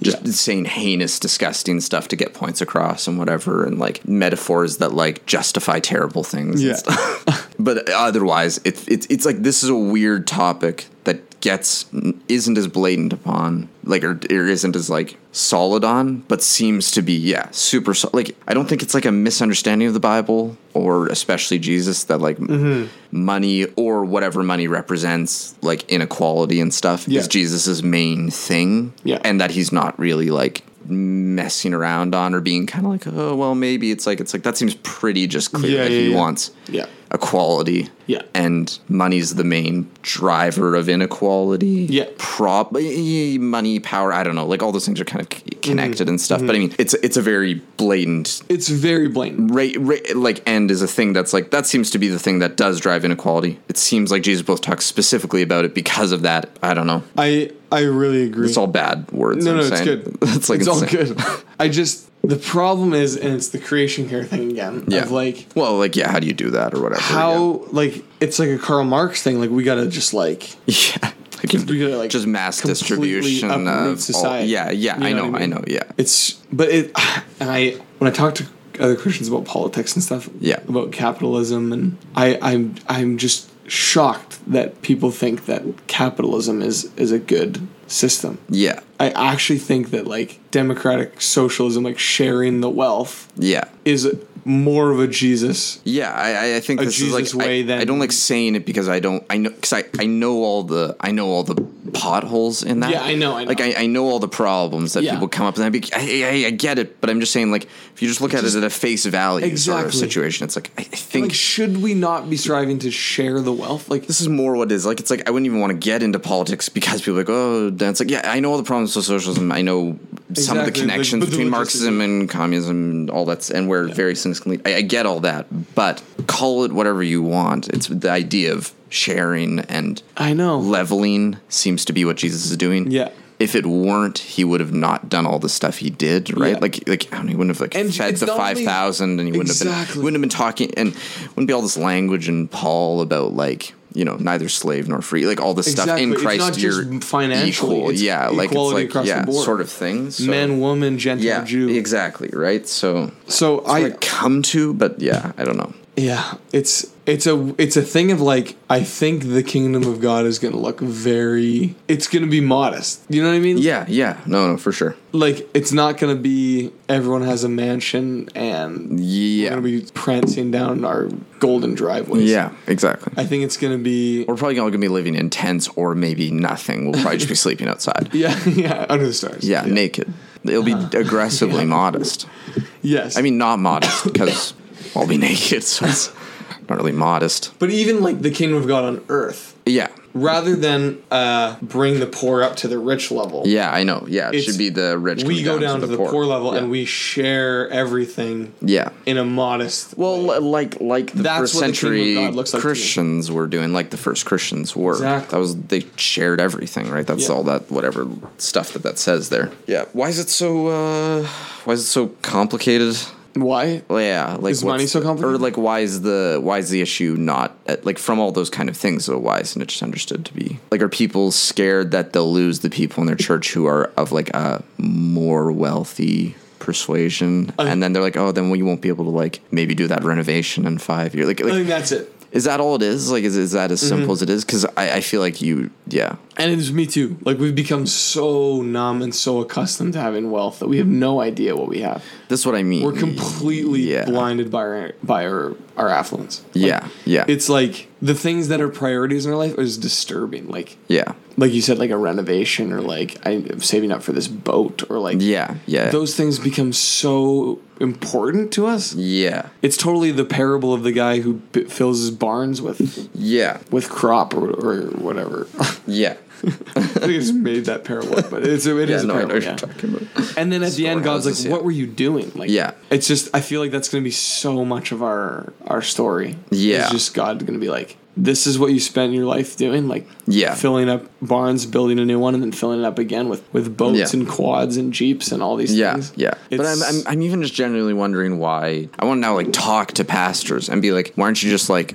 Speaker 1: just saying heinous disgusting stuff to get points across and whatever and like metaphors that like justify terrible things and
Speaker 2: Yeah.
Speaker 1: stuff but otherwise, it's it's it's like this is a weird topic that gets isn't as blatant upon like or, or isn't as like solid on, but seems to be yeah super sol like I don't think it's like a misunderstanding of the Bible or especially Jesus that like
Speaker 2: Mm-hmm.
Speaker 1: money or whatever money represents like inequality and stuff
Speaker 2: Yeah.
Speaker 1: is Jesus's main thing
Speaker 2: Yeah.
Speaker 1: and that he's not really like messing around on or being kind of like oh well maybe it's like it's like that seems pretty just clear
Speaker 2: Yeah,
Speaker 1: that
Speaker 2: yeah,
Speaker 1: he
Speaker 2: yeah.
Speaker 1: wants
Speaker 2: Yeah.
Speaker 1: equality.
Speaker 2: Yeah.
Speaker 1: And money's the main driver of inequality.
Speaker 2: Yeah.
Speaker 1: Probably money, power, I don't know. Like all those things are kind of c-
Speaker 2: Mm-hmm.
Speaker 1: connected and stuff. But I mean, it's it's a very blatant
Speaker 2: It's very blatant.
Speaker 1: ra- ra- like end is a thing that's like that seems to be the thing that does drive inequality. It seems like Jesus both talks specifically about it because of that. I don't know.
Speaker 2: I I really agree.
Speaker 1: It's all bad words.
Speaker 2: no,
Speaker 1: I'm
Speaker 2: no, it's
Speaker 1: saying.
Speaker 2: good.
Speaker 1: it's like
Speaker 2: it's all
Speaker 1: insane.
Speaker 2: good. I just the problem is, and it's the creation care thing again.
Speaker 1: Yeah.
Speaker 2: Of like
Speaker 1: Well, like yeah, how do you do that or whatever?
Speaker 2: how like it's like a Karl Marx thing. Like we gotta just like
Speaker 1: Yeah. yeah. Like,
Speaker 2: we gotta, like,
Speaker 1: just mass
Speaker 2: completely
Speaker 1: distribution of
Speaker 2: uproot
Speaker 1: all-
Speaker 2: society.
Speaker 1: yeah, yeah.
Speaker 2: You know
Speaker 1: I know,
Speaker 2: what I
Speaker 1: I
Speaker 2: mean?
Speaker 1: know. Yeah.
Speaker 2: it's but it and i when i talk to other christians about politics and stuff
Speaker 1: Yeah.
Speaker 2: about capitalism and i i'm i'm just shocked that people think that capitalism is is a good system
Speaker 1: Yeah.
Speaker 2: i actually think that like democratic socialism like sharing the wealth
Speaker 1: Yeah.
Speaker 2: is more of a Jesus.
Speaker 1: Yeah, I, I- I think
Speaker 2: A
Speaker 1: this
Speaker 2: Jesus
Speaker 1: is like
Speaker 2: way
Speaker 1: I,
Speaker 2: then-
Speaker 1: I don't like saying it because I don't I know because I, I know all the I know all the potholes in that.
Speaker 2: Yeah, I know, I know.
Speaker 1: Like I, I know all the problems that
Speaker 2: Yeah.
Speaker 1: people come up and I, be, I, I I get it, but I'm just saying like if you just look at it at a face value sort of
Speaker 2: Exactly.
Speaker 1: situation, it's like I, I think
Speaker 2: Like, should we not be striving to share the wealth? Like,
Speaker 1: this is more what it is. Like it's like I wouldn't even want to get into politics because people are like oh that's like yeah I know all the problems with socialism. I know some of the
Speaker 2: Exactly, like,
Speaker 1: connections
Speaker 2: but the
Speaker 1: between
Speaker 2: logistics-
Speaker 1: Marxism and communism and all that's and where various things can lead. I, I get all that, but call it whatever you want. It's the idea of sharing and
Speaker 2: I know.
Speaker 1: leveling seems to be what Jesus is doing.
Speaker 2: Yeah.
Speaker 1: If it weren't, he would have not done all the stuff he did, right?
Speaker 2: Yeah.
Speaker 1: Like, like I don't know, he wouldn't have like
Speaker 2: And
Speaker 1: fed
Speaker 2: it's
Speaker 1: the
Speaker 2: not
Speaker 1: five
Speaker 2: only-
Speaker 1: thousand, and he wouldn't have been
Speaker 2: Exactly.
Speaker 1: wouldn't have been talking, and wouldn't be all this language and Paul about like you know neither slave nor free, like all this stuff in
Speaker 2: Exactly. It's
Speaker 1: Christ
Speaker 2: not
Speaker 1: you're
Speaker 2: just financially,
Speaker 1: equal,
Speaker 2: it's
Speaker 1: yeah, like it's
Speaker 2: equality
Speaker 1: like
Speaker 2: across the
Speaker 1: yeah,
Speaker 2: board.
Speaker 1: sort of things. So,
Speaker 2: man, woman, Gentile,
Speaker 1: yeah,
Speaker 2: Jew.
Speaker 1: exactly, right? So
Speaker 2: So I,
Speaker 1: I come to, but yeah, I don't know.
Speaker 2: yeah, it's it's a it's a thing of like I think the kingdom of God is gonna look very. It's gonna be modest. You know what I mean?
Speaker 1: Yeah, yeah, no, no, for sure.
Speaker 2: Like it's not gonna be everyone has a mansion and
Speaker 1: Yeah,
Speaker 2: we're gonna be prancing down our golden driveways.
Speaker 1: yeah, exactly.
Speaker 2: I think it's gonna be.
Speaker 1: We're probably all gonna be living in tents or maybe nothing. We'll probably just be sleeping outside.
Speaker 2: Yeah, yeah, Uh-huh. under the stars.
Speaker 1: Yeah, naked. It'll be aggressively modest.
Speaker 2: Yes.
Speaker 1: I mean, not modest because I'll be naked, so it's not really modest.
Speaker 2: but even like the kingdom of God on earth,
Speaker 1: Yeah,
Speaker 2: rather than uh, bring the poor up to the rich level,
Speaker 1: yeah, I know. Yeah, it
Speaker 2: It's-
Speaker 1: should be the rich.
Speaker 2: we
Speaker 1: coming
Speaker 2: go down, to the, poor, level
Speaker 1: Yeah.
Speaker 2: and we share everything
Speaker 1: yeah.
Speaker 2: in a modest.
Speaker 1: Well, l- like like the
Speaker 2: That's
Speaker 1: first
Speaker 2: what the
Speaker 1: century
Speaker 2: kingdom of God looks like to me.
Speaker 1: Christians were doing, like the first Christians were.
Speaker 2: Exactly.
Speaker 1: That was they shared everything, right? That's
Speaker 2: Yeah.
Speaker 1: all that whatever stuff that that says there. Yeah. Why is it so? uh Why is it so complicated?
Speaker 2: why?
Speaker 1: Well, yeah, like
Speaker 2: Is money
Speaker 1: what's-
Speaker 2: so complicated?
Speaker 1: Or like, why is the why is the issue not at, like from all those kind of things? So why isn't it just understood to be like? Are people scared that they'll lose the people in their church who are of like a more wealthy persuasion, and then they're like, oh, then we won't be able to like maybe do that renovation in five years. Like,
Speaker 2: I Mm-hmm. think
Speaker 1: like
Speaker 2: that's it.
Speaker 1: is that all it is? Like, is is that as simple as it is? Because I, I feel like you, yeah,
Speaker 2: And it's me too. Like we've become so numb and so accustomed to having wealth that we have no idea what we have.
Speaker 1: that's what I mean.
Speaker 2: We're completely
Speaker 1: Yeah.
Speaker 2: blinded by our by our, our affluence. Like,
Speaker 1: Yeah, yeah,
Speaker 2: It's like the things that are priorities in our life is disturbing. Like
Speaker 1: yeah,
Speaker 2: like you said, like a renovation or like I'm saving up for this boat or like
Speaker 1: yeah, yeah,
Speaker 2: those things become so important to us.
Speaker 1: yeah,
Speaker 2: It's totally the parable of the guy who b- fills his barns with
Speaker 1: yeah,
Speaker 2: with crop or, or whatever. I
Speaker 1: yeah.
Speaker 2: think I just made that parable, up, but it's a, it is a
Speaker 1: no, I know
Speaker 2: parable.
Speaker 1: what
Speaker 2: yeah.
Speaker 1: you're talking about.
Speaker 2: And then at the end, God's like,
Speaker 1: Storehouses, yeah.
Speaker 2: "What were you doing?" Like,
Speaker 1: Yeah.
Speaker 2: it's just I feel like that's going to be so much of our our story.
Speaker 1: Yeah.
Speaker 2: it's just God going to be like, "This is what you spent your life doing." Like,
Speaker 1: Yeah.
Speaker 2: filling up barns, building a new one, and then filling it up again with with boats
Speaker 1: Yeah.
Speaker 2: and quads and jeeps and all these
Speaker 1: Yeah,
Speaker 2: things.
Speaker 1: yeah. But I'm,
Speaker 2: It's-
Speaker 1: I'm, I'm even just genuinely wondering why. I want to now like talk to pastors and be like, why aren't you just like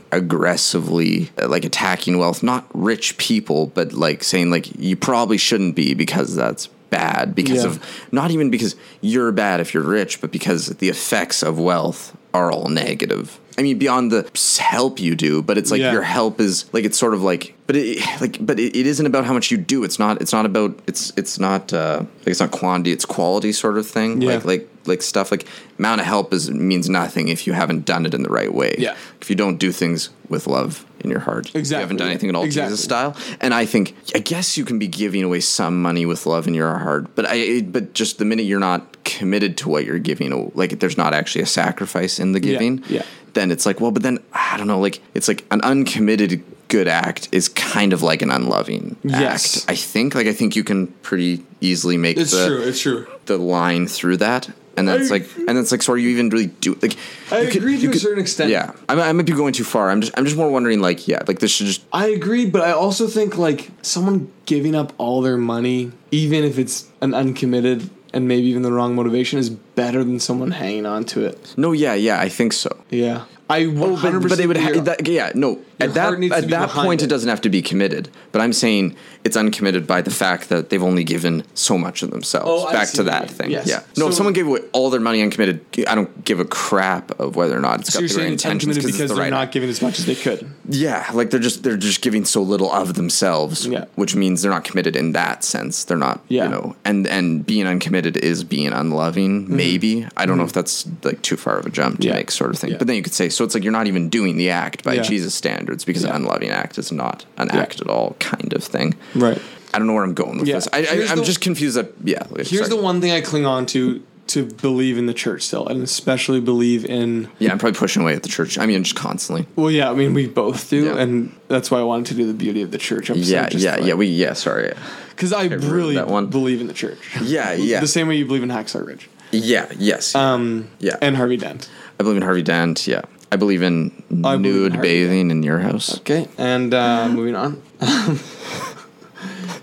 Speaker 1: aggressively uh, like attacking wealth, not rich people, but like saying like you probably shouldn't be because that's bad because
Speaker 2: Yeah.
Speaker 1: of not even because you're bad if you're rich, but because the effects of wealth are all negative. I mean, beyond the s- help you do, but it's like
Speaker 2: Yeah.
Speaker 1: your help is like it's sort of like, but it like, but it, it isn't about how much you do. It's not. It's not about. It's it's not. uh like, It's not quantity. It's quality, sort of thing.
Speaker 2: Yeah.
Speaker 1: Like like like stuff like amount of help is means nothing if you haven't done it in the right way.
Speaker 2: Yeah.
Speaker 1: If you don't do things with love in your heart, you haven't
Speaker 2: Exactly,
Speaker 1: done
Speaker 2: yeah.
Speaker 1: anything at all
Speaker 2: Exactly.
Speaker 1: Jesus style. And I think I guess you can be giving away some money with love in your heart, but I it- but just the minute you're not committed to what you're giving, like if there's not actually a sacrifice in the giving,
Speaker 2: yeah.
Speaker 1: then it's like well, but then I don't know, like it's like an uncommitted good act is kind of like an unloving
Speaker 2: Yes.
Speaker 1: act. I think like I think you can pretty easily make
Speaker 2: It's
Speaker 1: the
Speaker 2: true. It's true.
Speaker 1: the line through that. And then it's
Speaker 2: I-
Speaker 1: like, and then it's like, so are you even really do like?
Speaker 2: I
Speaker 1: you could-
Speaker 2: agree to
Speaker 1: you
Speaker 2: a
Speaker 1: could-
Speaker 2: certain extent.
Speaker 1: Yeah, I, might- I might be going too far. I'm just, I'm just more wondering, like, yeah, like this should just,
Speaker 2: I agree, but I also think like someone giving up all their money, even if it's an uncommitted and maybe even the wrong motivation, is better than someone hanging on to it.
Speaker 1: no, yeah, yeah, I think so.
Speaker 2: Yeah, I one
Speaker 1: But,
Speaker 2: hundred
Speaker 1: but
Speaker 2: percent.
Speaker 1: it would, ha- that, yeah, no, at
Speaker 2: heart
Speaker 1: that
Speaker 2: needs to
Speaker 1: at
Speaker 2: be
Speaker 1: that
Speaker 2: behind
Speaker 1: point,
Speaker 2: it.
Speaker 1: it doesn't have to be committed. But I'm saying it's uncommitted by the fact that they've only given so much of themselves.
Speaker 2: Oh, I
Speaker 1: Back
Speaker 2: see
Speaker 1: to
Speaker 2: what you
Speaker 1: that
Speaker 2: mean.
Speaker 1: thing.
Speaker 2: Yes.
Speaker 1: Yeah. No, if
Speaker 2: So-
Speaker 1: someone gave away all their money uncommitted, I don't give a crap of whether or not it's
Speaker 2: So
Speaker 1: got
Speaker 2: you're
Speaker 1: the right
Speaker 2: saying it's
Speaker 1: intentions
Speaker 2: uncommitted
Speaker 1: because
Speaker 2: because
Speaker 1: it's the
Speaker 2: they're
Speaker 1: right.
Speaker 2: not giving as much as they could.
Speaker 1: yeah, like they're just they're just giving so little of themselves,
Speaker 2: Yeah.
Speaker 1: which means they're not committed in that sense. They're not,
Speaker 2: Yeah.
Speaker 1: you know, and and being uncommitted is being unloving. Maybe I don't know if that's like too far of a jump to
Speaker 2: Mm-hmm. Yeah.
Speaker 1: make sort of thing.
Speaker 2: Yeah.
Speaker 1: But then you could say so it's like you're not even doing the act by
Speaker 2: Yeah.
Speaker 1: Jesus standards because an
Speaker 2: Yeah.
Speaker 1: unloving act is not an
Speaker 2: Yeah.
Speaker 1: act at all, kind of thing.
Speaker 2: Right.
Speaker 1: I don't know where I'm going with
Speaker 2: Yeah.
Speaker 1: this. I, I
Speaker 2: Here's
Speaker 1: I'm
Speaker 2: the-
Speaker 1: just confused that yeah. wait,
Speaker 2: Here's
Speaker 1: sorry.
Speaker 2: the one thing I cling on to to believe in the church still, and especially believe in.
Speaker 1: yeah. I'm probably pushing away at the church. I mean, just constantly.
Speaker 2: Well, yeah, I mean, we both do,
Speaker 1: Yeah.
Speaker 2: and that's why I wanted to do the beauty of the church episode.
Speaker 1: Yeah, yeah, yeah. We yeah. Sorry.
Speaker 2: Because I really
Speaker 1: that one.
Speaker 2: believe in the church.
Speaker 1: Yeah, yeah.
Speaker 2: The same way you believe in Hacksaw Ridge.
Speaker 1: Yeah. Yes.
Speaker 2: Um,
Speaker 1: yeah.
Speaker 2: and Harvey Dent.
Speaker 1: I believe in Harvey Dent. Yeah, I believe in
Speaker 2: believe in
Speaker 1: nude
Speaker 2: Harvey
Speaker 1: bathing in your house.
Speaker 2: Okay, and uh, moving on.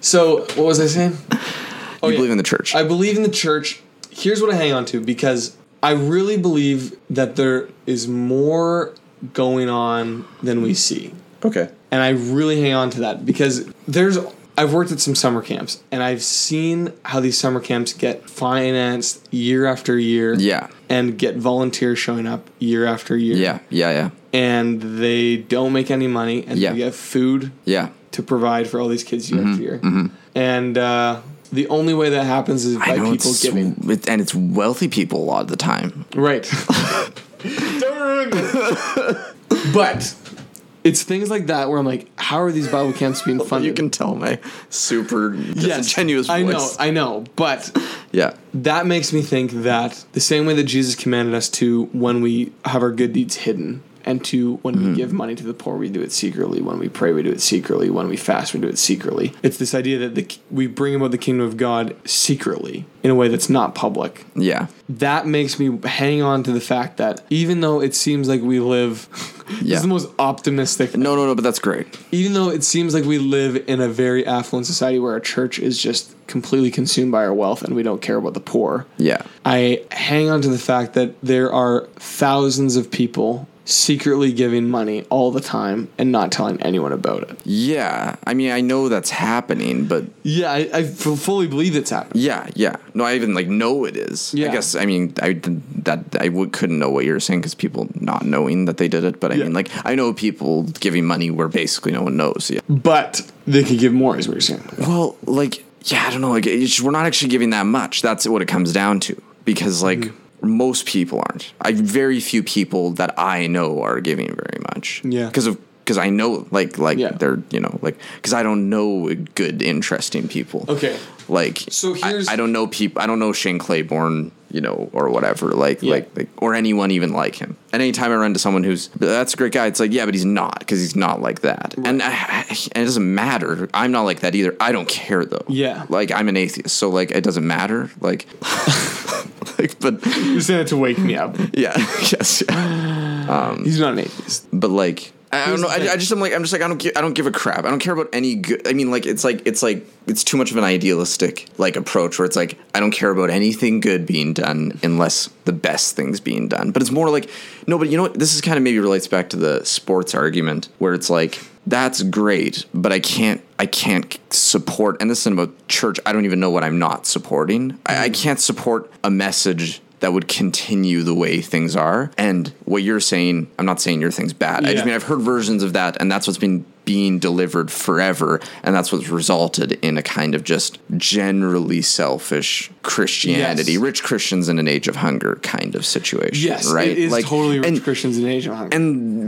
Speaker 2: so, what was I saying? Oh,
Speaker 1: you
Speaker 2: yeah.
Speaker 1: believe in the church.
Speaker 2: I believe in the church. Here's what I hang on to because I really believe that there is more going on than we see.
Speaker 1: okay.
Speaker 2: And I really hang on to that because there's I've worked at some summer camps and I've seen how these summer camps get financed year after year.
Speaker 1: Yeah.
Speaker 2: And get volunteers showing up year after year.
Speaker 1: Yeah. Yeah. Yeah.
Speaker 2: And they don't make any money and
Speaker 1: Yeah.
Speaker 2: they get food
Speaker 1: Yeah. Mm-hmm.
Speaker 2: to provide for all these kids year after year. And uh, the only way that happens is by
Speaker 1: I know
Speaker 2: people
Speaker 1: it's
Speaker 2: giving.
Speaker 1: it- and it's wealthy people a lot of the time.
Speaker 2: Right. Don't ruin this. but it's things like that where I'm like, how are these Bible camps being funded?
Speaker 1: You can tell my super disingenuous
Speaker 2: I know,
Speaker 1: voice.
Speaker 2: I know, but
Speaker 1: Yeah.
Speaker 2: that makes me think that the same way that Jesus commanded us to when we have our good deeds hidden and to when we give money to the poor we do it secretly when we pray we do it secretly when we fast we do it secretly it's this idea that the, we bring about the kingdom of god secretly in a way that's not public
Speaker 1: Yeah.
Speaker 2: that makes me hang on to the fact that even though it seems like we live this
Speaker 1: Yeah.
Speaker 2: is the most optimistic
Speaker 1: No. No. No. But that's great.
Speaker 2: even though it seems like we live in a very affluent society where our church is just completely consumed by our wealth and we don't care about the poor
Speaker 1: Yeah.
Speaker 2: i hang on to the fact that there are thousands of people secretly giving money all the time and not telling anyone about it
Speaker 1: Yeah. I mean, I know that's happening, but
Speaker 2: yeah i, I f- fully believe it's happening
Speaker 1: yeah, yeah. No, I even like know it is. I
Speaker 2: Yeah.
Speaker 1: guess. I mean, I did- that I would, couldn't know what you were saying because people not knowing that they did it. But I
Speaker 2: Yeah.
Speaker 1: mean, like I know people giving money where basically no one knows. Yeah.
Speaker 2: but they could give more is what you're saying
Speaker 1: Well, like, yeah, I don't know. Like, it's, we're not actually giving that much. That's what it comes down to. Because, like, most people aren't. I very few people that I know are giving very much.
Speaker 2: Yeah.
Speaker 1: Because of because I know like like
Speaker 2: Yeah.
Speaker 1: they're you know like because I don't know good interesting people.
Speaker 2: Okay.
Speaker 1: Like
Speaker 2: So
Speaker 1: I-
Speaker 2: here's-
Speaker 1: I, don't know people. I don't know Shane Claiborne. You know, or whatever, like,
Speaker 2: Yeah.
Speaker 1: like, like, or anyone even like him. And anytime I run to someone who's that's a great guy, it's like, yeah, but he's not because he's not like that. And I, I- and it doesn't matter. I'm not like that either. I don't care though.
Speaker 2: Yeah.
Speaker 1: like I'm an atheist, so like it doesn't matter. Like, like, but
Speaker 2: you're saying it to wake me up
Speaker 1: yeah, yes, yeah.
Speaker 2: he's not an atheist
Speaker 1: but like. I I don't
Speaker 2: Here's
Speaker 1: know.
Speaker 2: the thing.
Speaker 1: I, I just am like I'm just like I don't give, I don't give a crap. I don't care about any good. I mean, like it's like it's like it's too much of an idealistic like approach where it's like I don't care about anything good being done unless the best thing's being done. But it's more like no. But you know what? This is kind of maybe relates back to the sports argument where it's like that's great, but I can't I can't support. And this is about church. I don't even know what I'm not supporting. I, I can't support a message that would continue the way things are. And what you're saying, I'm not saying your thing's bad. I
Speaker 2: Yeah.
Speaker 1: just mean I've heard versions of that, and that's what's been being delivered forever, and that's what's resulted in a kind of just generally selfish Christianity,
Speaker 2: Yes.
Speaker 1: rich Christians in an age of hunger kind of situation.
Speaker 2: yes
Speaker 1: right?
Speaker 2: it is totally rich
Speaker 1: and-
Speaker 2: christians in asia and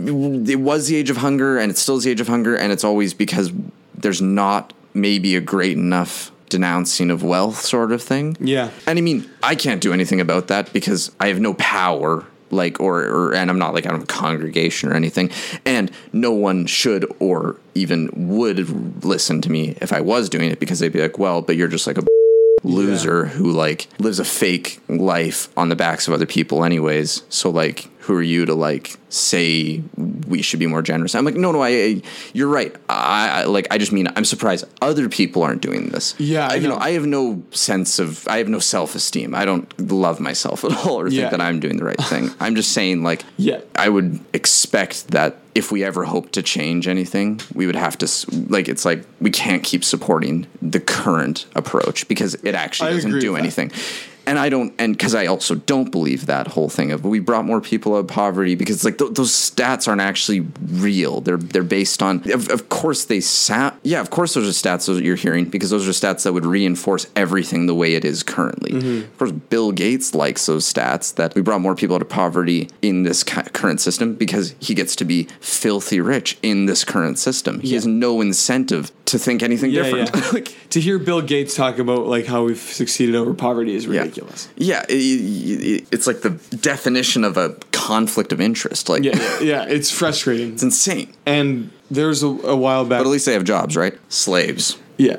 Speaker 1: and it was the age of hunger and it still is the age of hunger and it's always because there's not maybe a great enough denouncing of wealth sort of thing
Speaker 2: Yeah.
Speaker 1: and i mean i can't do anything about that because i have no power like or, or and i'm not like out of a congregation or anything and no one should or even would listen to me if i was doing it because they'd be like well but you're just like a loser who like lives a fake life on the backs of other people anyways so like who are you to like say we should be more generous. I'm like, no, no, I, I you're right. I, I like, I just mean, I'm surprised other people aren't doing this.
Speaker 2: Yeah, I
Speaker 1: I, you know.
Speaker 2: know.
Speaker 1: I have no sense of, I have no self esteem. I don't love myself at all or
Speaker 2: Yeah.
Speaker 1: think that I'm doing the right thing. I'm just saying, like,
Speaker 2: Yeah.
Speaker 1: I would expect that if we ever hope to change anything, we would have to s- like it's like we can't keep supporting the current approach because it actually
Speaker 2: I
Speaker 1: doesn't
Speaker 2: agree
Speaker 1: do
Speaker 2: with that.
Speaker 1: anything. And I don't, and because I also don't believe that whole thing of we brought more people out of poverty because like th- those stats aren't actually real. They're they're based on, of, of course they sound, yeah, of course those are stats that you're hearing because those are stats that would reinforce everything the way it is currently.
Speaker 2: Mm-hmm.
Speaker 1: Of course, Bill Gates likes those stats that we brought more people out of poverty in this cu- current system because he gets to be filthy rich in this current system. He
Speaker 2: Yeah.
Speaker 1: has no incentive to think anything
Speaker 2: Yeah,
Speaker 1: different.
Speaker 2: yeah.
Speaker 1: Like,
Speaker 2: to hear Bill Gates talk about like how we've succeeded over poverty is
Speaker 1: yeah.
Speaker 2: ridiculous.
Speaker 1: Yeah, i- i- i- it's like the definition of a conflict of interest. Like,
Speaker 2: Yeah, yeah, yeah, it's frustrating.
Speaker 1: it's insane.
Speaker 2: And there's a, a while back.
Speaker 1: But at least they have jobs, right? Slaves.
Speaker 2: Yeah,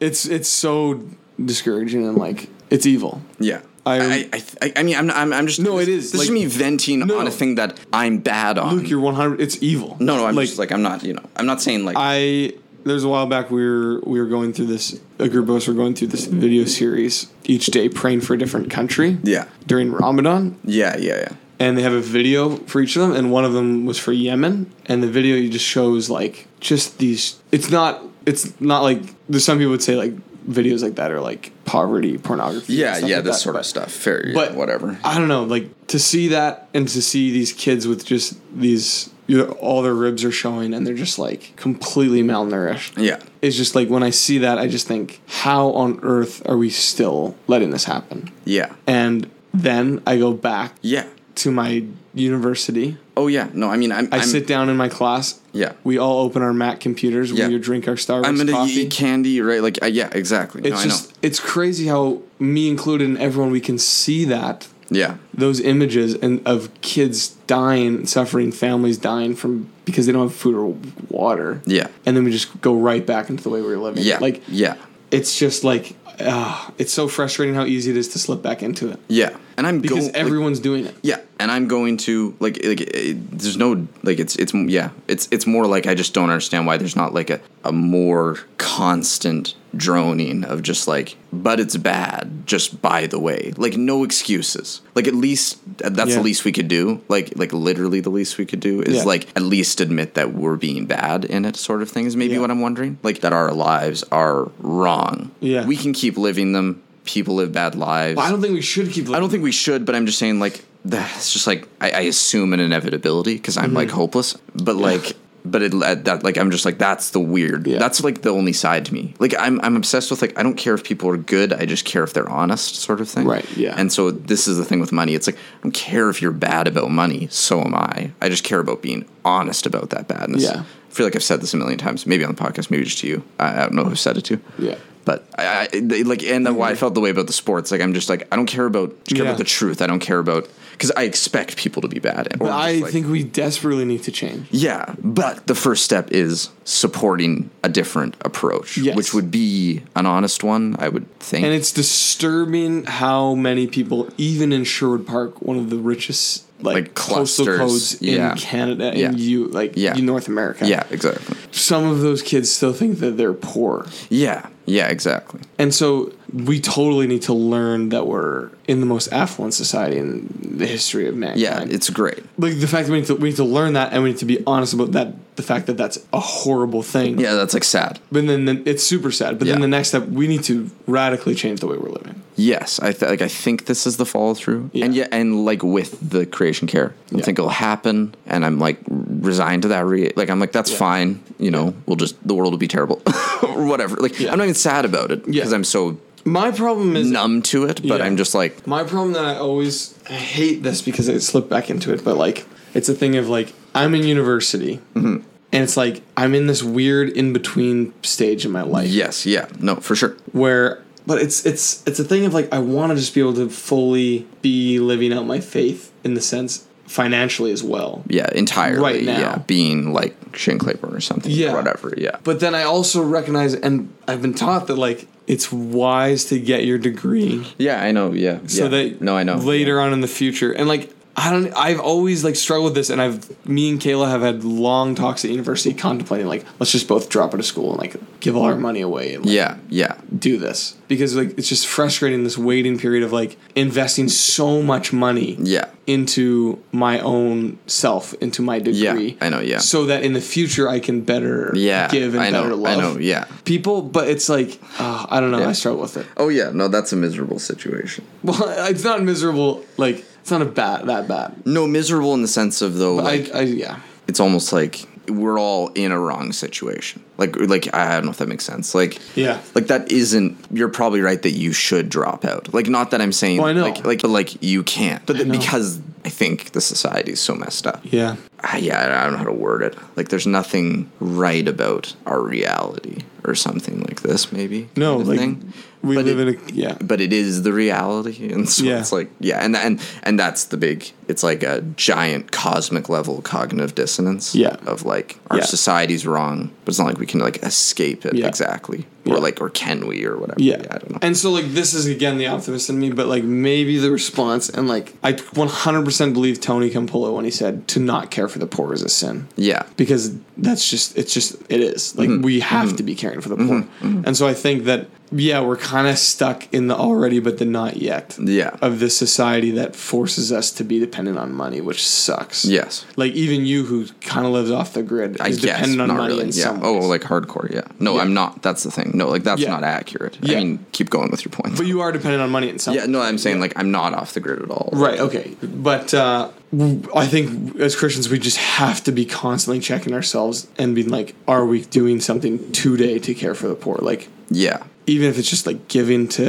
Speaker 2: it's it's so discouraging and like it's evil.
Speaker 1: Yeah.
Speaker 2: I-
Speaker 1: I, I, I, I mean, I'm, I'm, I'm just.
Speaker 2: No, it is,
Speaker 1: This is
Speaker 2: like-
Speaker 1: me venting
Speaker 2: No.
Speaker 1: on a thing that I'm bad on.
Speaker 2: Luke, you're 100. It's evil.
Speaker 1: no, no, I'm just like, I'm not, you know, I'm not saying like.
Speaker 2: I there's a while back we were we were going through this a group of us were going through this video series each day praying for a different country.
Speaker 1: Yeah.
Speaker 2: During Ramadan.
Speaker 1: yeah, yeah, yeah.
Speaker 2: And they have a video for each of them and one of them was for Yemen and the video you just shows like just these it's not it's not like there's some people would say like videos like that are like poverty, pornography. and
Speaker 1: Yeah,
Speaker 2: stuff
Speaker 1: yeah,
Speaker 2: like
Speaker 1: this
Speaker 2: that,
Speaker 1: sort
Speaker 2: but-
Speaker 1: of stuff. Fair, yeah,
Speaker 2: but
Speaker 1: whatever.
Speaker 2: I don't know, like to see that and to see these kids with just these, you know, all their ribs are showing and they're just like completely malnourished.
Speaker 1: Yeah.
Speaker 2: It's just like when I see that, I just think, how on earth are we still letting this happen?
Speaker 1: Yeah.
Speaker 2: And then I go back
Speaker 1: Yeah.
Speaker 2: to my university.
Speaker 1: Oh yeah. No, I mean, I'm.
Speaker 2: I
Speaker 1: I'm,
Speaker 2: sit down in my class.
Speaker 1: Yeah.
Speaker 2: We all open our Mac computers.
Speaker 1: Yeah.
Speaker 2: We drink our Starbucks
Speaker 1: I'm gonna
Speaker 2: coffee.
Speaker 1: eat candy, right? Like, uh, yeah, exactly.
Speaker 2: it's
Speaker 1: no,
Speaker 2: just, it's crazy how me included and everyone, we can see that
Speaker 1: I know. Yeah.
Speaker 2: those images and of kids dying, suffering, families dying from because they don't have food or water.
Speaker 1: Yeah.
Speaker 2: And then we just go right back into the way we were living.
Speaker 1: Yeah.
Speaker 2: Like
Speaker 1: yeah.
Speaker 2: it's just like ah, it's so frustrating how easy it is to slip back into it
Speaker 1: Yeah. And I'm
Speaker 2: because
Speaker 1: going. like,
Speaker 2: everyone's doing it.
Speaker 1: yeah, and I'm going to like like it, there's no like it's it's yeah it's it's more like I just don't understand why there's not like a a more constant droning of just like but it's bad just by the way like no excuses like at least that's
Speaker 2: Yeah.
Speaker 1: the least we could do like like literally the least we could do is
Speaker 2: Yeah.
Speaker 1: like at least admit that we're being bad in it sort of thing is maybe
Speaker 2: Yeah.
Speaker 1: what I'm wondering like that our lives are wrong
Speaker 2: Yeah.
Speaker 1: we can keep living them people live bad lives
Speaker 2: I don't think we should keep. Living.
Speaker 1: I don't think we should, but I'm just saying like that's just like I, I assume an inevitability because I'm
Speaker 2: Mm-hmm.
Speaker 1: like hopeless, but like. But it uh, that like I'm just like that's the weird.
Speaker 2: Yeah.
Speaker 1: That's like the only side to me. Like I'm I'm obsessed with like I don't care if people are good. I just care if they're honest, sort of thing.
Speaker 2: Right, yeah.
Speaker 1: And so this is the thing with money. It's like I don't care if you're bad about money. So am I. I just care about being honest about that badness.
Speaker 2: Yeah.
Speaker 1: I feel like I've said this a million times. Maybe on the podcast. Maybe just to you. I, I don't know who said it to.
Speaker 2: Yeah.
Speaker 1: But I, I they, like and then why I felt the way about the sports. Like I'm just like I don't care about just care
Speaker 2: Yeah.
Speaker 1: about the truth. I don't care about because I expect people to be bad. or
Speaker 2: But
Speaker 1: just,
Speaker 2: I
Speaker 1: like-
Speaker 2: think we desperately need to change.
Speaker 1: yeah, but the first step is supporting a different approach,
Speaker 2: Yes.
Speaker 1: which would be an honest one. I would think.
Speaker 2: And it's disturbing how many people, even in Sherwood Park, one of the richest like,
Speaker 1: Like
Speaker 2: coastal
Speaker 1: clusters,
Speaker 2: codes in
Speaker 1: yeah.
Speaker 2: Canada,
Speaker 1: Yeah.
Speaker 2: in you like
Speaker 1: Yeah.
Speaker 2: in North America.
Speaker 1: yeah, exactly.
Speaker 2: some of those kids still think that they're poor.
Speaker 1: Yeah, yeah, exactly.
Speaker 2: And so we totally need to learn that we're in the most affluent society in the history of mankind.
Speaker 1: Yeah, it's great.
Speaker 2: like the fact that we need, to, we need to learn that and we need to be honest about that, the fact that that's a horrible thing.
Speaker 1: Yeah, that's like sad.
Speaker 2: But then, then it's super sad. But then
Speaker 1: Yeah.
Speaker 2: the next step, we need to radically change the way we're living.
Speaker 1: Yes, I th- like. I think this is the follow through, and yeah,
Speaker 2: Yeah.
Speaker 1: and like with the creation care, I
Speaker 2: Yeah.
Speaker 1: think it'll happen, and I'm like resigned to that. Re- like I'm like that's fine. You know, we'll just the world will be terrible or whatever. Like I'm not even sad about it because
Speaker 2: Yeah.
Speaker 1: I'm so
Speaker 2: My problem is
Speaker 1: numb to it, but
Speaker 2: Yeah.
Speaker 1: I'm just like
Speaker 2: My problem that I always I hate this because I slip back into it, but like it's a thing of like I'm in university,
Speaker 1: Mm-hmm.
Speaker 2: and it's like I'm in this weird in between stage in my life
Speaker 1: yes, yeah, no, for sure.
Speaker 2: where, but it's it's it's a thing of like I want to just be able to fully be living out my faith in the sense financially as well.
Speaker 1: Yeah, entirely.
Speaker 2: Right now.
Speaker 1: Yeah, being like Shane Claiborne or something.
Speaker 2: Yeah.
Speaker 1: Yeah, whatever. Yeah,
Speaker 2: But then I also recognize, and I've been taught that like it's wise to get your degree
Speaker 1: yeah, I know. Yeah,
Speaker 2: so that
Speaker 1: no, I know.
Speaker 2: later on in the future and like I don't. I've always like struggled with this, and I've me and Kayla have had long talks at university contemplating like let's just both drop out of school and like give all our money away and like,
Speaker 1: Yeah, yeah.
Speaker 2: do this because like it's just frustrating this waiting period of like investing so much money
Speaker 1: Yeah.
Speaker 2: into my own self into my degree
Speaker 1: I know, yeah.
Speaker 2: so that in the future I can better
Speaker 1: Yeah.
Speaker 2: give and
Speaker 1: I know.
Speaker 2: better love
Speaker 1: I know, yeah.
Speaker 2: people but it's like ah, I don't know I struggle with it
Speaker 1: Oh yeah, no, that's a miserable situation.
Speaker 2: well it's not miserable like it's not a bad that bad
Speaker 1: No, miserable in the sense of though like
Speaker 2: I, I yeah
Speaker 1: it's almost like we're all in a wrong situation. Like like I don't know if that makes sense. Like
Speaker 2: Yeah.
Speaker 1: Like that isn't you're probably right that you should drop out. Like not that I'm saying
Speaker 2: Well, I know.
Speaker 1: like like but like you can't. But
Speaker 2: know.
Speaker 1: because I think the society's so messed up.
Speaker 2: yeah
Speaker 1: Ah, yeah, I don't know how to word it. Like there's nothing right about our reality or something like this maybe.
Speaker 2: no
Speaker 1: kind of
Speaker 2: like
Speaker 1: thing.
Speaker 2: we
Speaker 1: But
Speaker 2: live
Speaker 1: it-
Speaker 2: in a yeah
Speaker 1: but it is the reality and so
Speaker 2: Yeah.
Speaker 1: it's like yeah and and and that's the big it's like a giant cosmic level cognitive dissonance
Speaker 2: Yeah.
Speaker 1: of like our
Speaker 2: Yeah.
Speaker 1: society's wrong but it's not like we can like escape it
Speaker 2: Yeah.
Speaker 1: exactly
Speaker 2: Yeah.
Speaker 1: or like or can we or whatever
Speaker 2: Yeah.
Speaker 1: i don't know
Speaker 2: And so, like, this is again the optimist in me, but like, maybe the response, and like, I 100% believe Tony Campolo when he said to not care for the poor is a sin.
Speaker 1: yeah
Speaker 2: Because that's just, it's just, it is. Like,
Speaker 1: Mm-hmm.
Speaker 2: we have to be caring for the poor. And so, I think that, yeah, we're kind of stuck in the already, but the not yet
Speaker 1: yeah
Speaker 2: of this society that forces us to be dependent on money, which sucks.
Speaker 1: yes
Speaker 2: Like, even you who kind of lives off the grid
Speaker 1: I
Speaker 2: is
Speaker 1: guess
Speaker 2: dependent on
Speaker 1: not
Speaker 2: money
Speaker 1: really.
Speaker 2: in
Speaker 1: yeah.
Speaker 2: some
Speaker 1: oh,
Speaker 2: ways.
Speaker 1: like hardcore. Yeah. No, I'm not. That's the thing. No, like that's
Speaker 2: Yeah.
Speaker 1: not accurate.
Speaker 2: Yeah.
Speaker 1: I mean, keep going with your point.
Speaker 2: but you are dependent on money in some
Speaker 1: yeah. No, I'm saying like I'm not off the grid at all.
Speaker 2: Right. Okay. But uh, w- I think as Christians, we just have to be constantly checking ourselves and being like, are we doing something today to care for the poor? Like,
Speaker 1: Yeah.
Speaker 2: even if it's just like giving to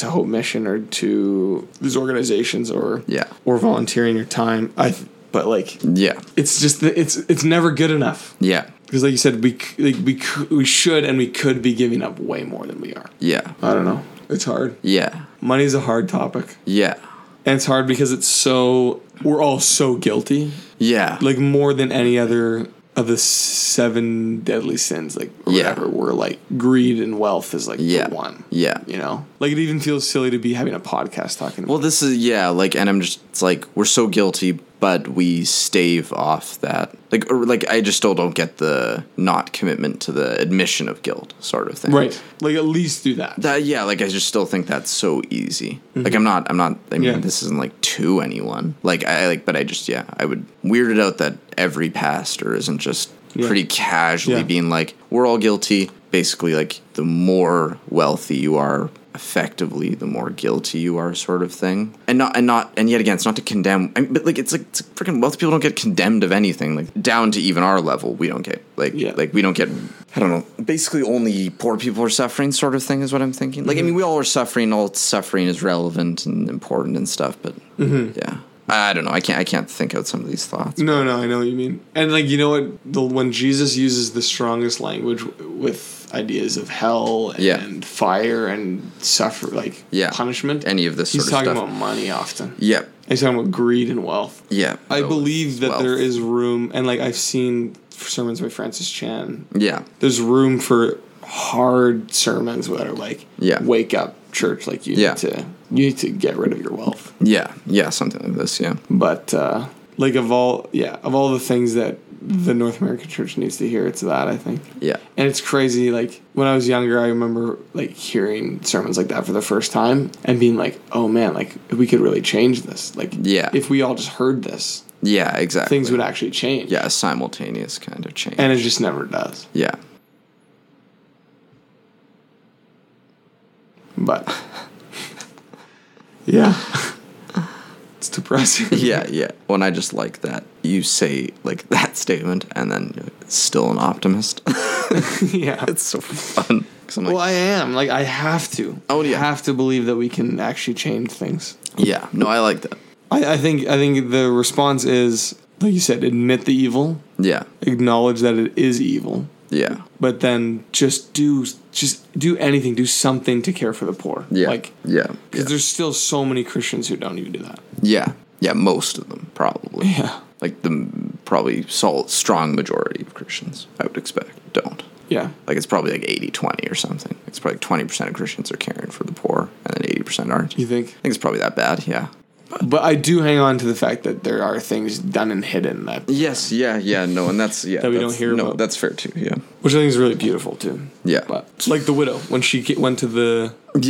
Speaker 2: to Hope Mission or to these organizations or
Speaker 1: Yeah.
Speaker 2: or volunteering your time. I. th- But like,
Speaker 1: Yeah.
Speaker 2: it's just the- it's it's never good enough
Speaker 1: Yeah.
Speaker 2: because, like you said, we c- like we c- we should and we could be giving up way more than we are.
Speaker 1: Yeah.
Speaker 2: I don't know. It's hard.
Speaker 1: Yeah.
Speaker 2: Money's a hard topic.
Speaker 1: Yeah.
Speaker 2: And it's hard because it's so we're all so guilty,
Speaker 1: Yeah.
Speaker 2: like more than any other of the seven deadly sins, like or
Speaker 1: Yeah.
Speaker 2: whatever. We're like greed and wealth is like
Speaker 1: yeah.
Speaker 2: the one.
Speaker 1: Yeah.
Speaker 2: you know, like it even feels silly to be having a podcast talking.
Speaker 1: Well,
Speaker 2: about
Speaker 1: this is yeah, like, and I'm just it's like we're so guilty, but we stave off that like, or, like I just still don't get the not commitment to the admission of guilt sort of thing.
Speaker 2: right, like at least do that. Mm-hmm.
Speaker 1: That yeah, like I just still think that's so easy. Like I'm not, I'm not. I mean,
Speaker 2: Yeah.
Speaker 1: this isn't like to anyone. Like I I, like, but I just yeah, I would weird it out that every pastor isn't just
Speaker 2: Yeah.
Speaker 1: pretty casually
Speaker 2: Yeah.
Speaker 1: being like, we're all guilty. Basically, like the more wealthy you are, effectively, the more guilty you are, sort of thing. And not and not and yet again, it's not to condemn. I mean, but like it's like it's like, freaking wealthy people don't get condemned of anything. Like down to even our level, we don't get like
Speaker 2: Yeah.
Speaker 1: like we don't get i don't know basically only poor people are suffering sort of thing is what i'm thinking like i mean we all are suffering all suffering is relevant and important and stuff but yeah i don't know i can't i can't think out some of these thoughts
Speaker 2: No, no, I know what you mean. And like you know what, the when Jesus uses the strongest language w- with ideas of hell and
Speaker 1: Yeah.
Speaker 2: fire and suffer, like
Speaker 1: Yeah.
Speaker 2: punishment,
Speaker 1: Any of this
Speaker 2: he's
Speaker 1: sort of
Speaker 2: talking
Speaker 1: stuff.
Speaker 2: about money often.
Speaker 1: yeah
Speaker 2: He's talking about greed and wealth.
Speaker 1: yeah
Speaker 2: I
Speaker 1: So
Speaker 2: believe that
Speaker 1: wealth.
Speaker 2: there is room, and like I've seen sermons by Francis Chan.
Speaker 1: yeah
Speaker 2: There's room for hard sermons that are like,
Speaker 1: Yeah.
Speaker 2: wake up, church. Like you
Speaker 1: Yeah.
Speaker 2: need to, you need to get rid of your wealth.
Speaker 1: yeah yeah something like this yeah
Speaker 2: But uh, like of all, yeah, of all the things that the North American church needs to hear, it's that I think.
Speaker 1: yeah
Speaker 2: And it's crazy. Like when I was younger, I remember like hearing sermons like that for the first time and being like, "Oh man, like we could really change this. Like,
Speaker 1: Yeah.
Speaker 2: if we all just heard this,
Speaker 1: yeah exactly
Speaker 2: things would actually change."
Speaker 1: yeah a simultaneous kind of change
Speaker 2: and it just never does.
Speaker 1: yeah
Speaker 2: But yeah, it's depressing.
Speaker 1: yeah yeah when i just like that you say like that statement and then you're like, still an optimist
Speaker 2: yeah.
Speaker 1: it's so fun 'Cause I'm like,
Speaker 2: Well, I am. Like, I have to.
Speaker 1: Oh, yeah.
Speaker 2: I have to believe that we can actually change things.
Speaker 1: Yeah, no, I like that.
Speaker 2: I, I think. I think the response is, like you said, admit the evil,
Speaker 1: Yeah,
Speaker 2: acknowledge that it is evil,
Speaker 1: yeah,
Speaker 2: but then just do, just do anything, do something to care for the poor.
Speaker 1: yeah,
Speaker 2: Like,
Speaker 1: yeah, yeah,
Speaker 2: because there's still so many Christians who don't even do that.
Speaker 1: yeah, yeah. Most of them probably.
Speaker 2: Yeah.
Speaker 1: like the m- probably solid, strong majority of Christians, I would expect, don't.
Speaker 2: Yeah.
Speaker 1: Like it's probably like 80-20 or something. It's probably twenty percent of Christians are caring for the poor, and then eighty percent aren't.
Speaker 2: You think?
Speaker 1: I think it's probably that bad. Yeah,
Speaker 2: But I do hang on to the fact that there are things done and hidden that,
Speaker 1: Yes, yeah, yeah, no, and that's yeah.
Speaker 2: That we
Speaker 1: that's-
Speaker 2: don't hear
Speaker 1: No,
Speaker 2: about.
Speaker 1: that's fair too. Yeah,
Speaker 2: which I think is really beautiful too.
Speaker 1: yeah,
Speaker 2: But like the widow when she ca- went to the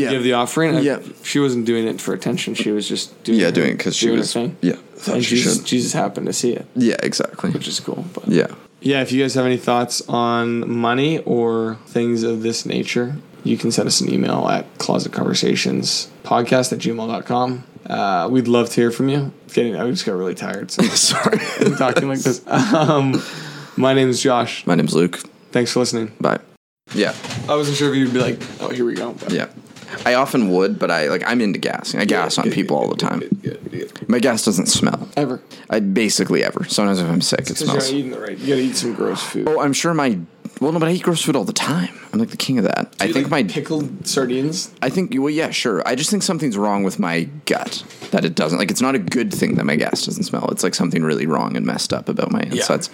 Speaker 1: Yeah.
Speaker 2: give the offering, I-
Speaker 1: Yeah.
Speaker 2: she wasn't doing it for attention. She was just doing
Speaker 1: yeah,
Speaker 2: her-
Speaker 1: doing because she
Speaker 2: doing her
Speaker 1: was
Speaker 2: thing.
Speaker 1: yeah.
Speaker 2: And
Speaker 1: Thought she
Speaker 2: Jesus,
Speaker 1: should.
Speaker 2: Jesus happened to see it,
Speaker 1: Yeah, exactly.
Speaker 2: which is cool. But
Speaker 1: Yeah,
Speaker 2: Yeah, if you guys have any thoughts on money or things of this nature, you can send us an email at closetconversationspodcast at gmail.com. Uh, we'd love to hear from you. It's Getting, I just got really tired so
Speaker 1: sorry.
Speaker 2: I'm talking like this. Um, my name is Josh.
Speaker 1: My name's Luke.
Speaker 2: Thanks for listening.
Speaker 1: Bye. Yeah,
Speaker 2: I wasn't sure if you'd be like, oh, here we go. but-
Speaker 1: yeah. I often would, but I like I'm into gassing. I gas on people all the time. My gas doesn't smell.
Speaker 2: Ever.
Speaker 1: I basically ever. Sometimes if I'm sick, it
Speaker 2: 'Cause You're
Speaker 1: smells.
Speaker 2: not eating the right. You gotta eat some gross food.
Speaker 1: Oh, I'm sure my. Well, no, but I eat gross food all the time. I'm like the king of that. I
Speaker 2: You
Speaker 1: think
Speaker 2: like
Speaker 1: my.
Speaker 2: pickled sardines.
Speaker 1: I think. Well, yeah, sure. I just think something's wrong with my gut that it doesn't. Like, it's not a good thing that my gas doesn't smell. It's like something really wrong and messed up about my insides.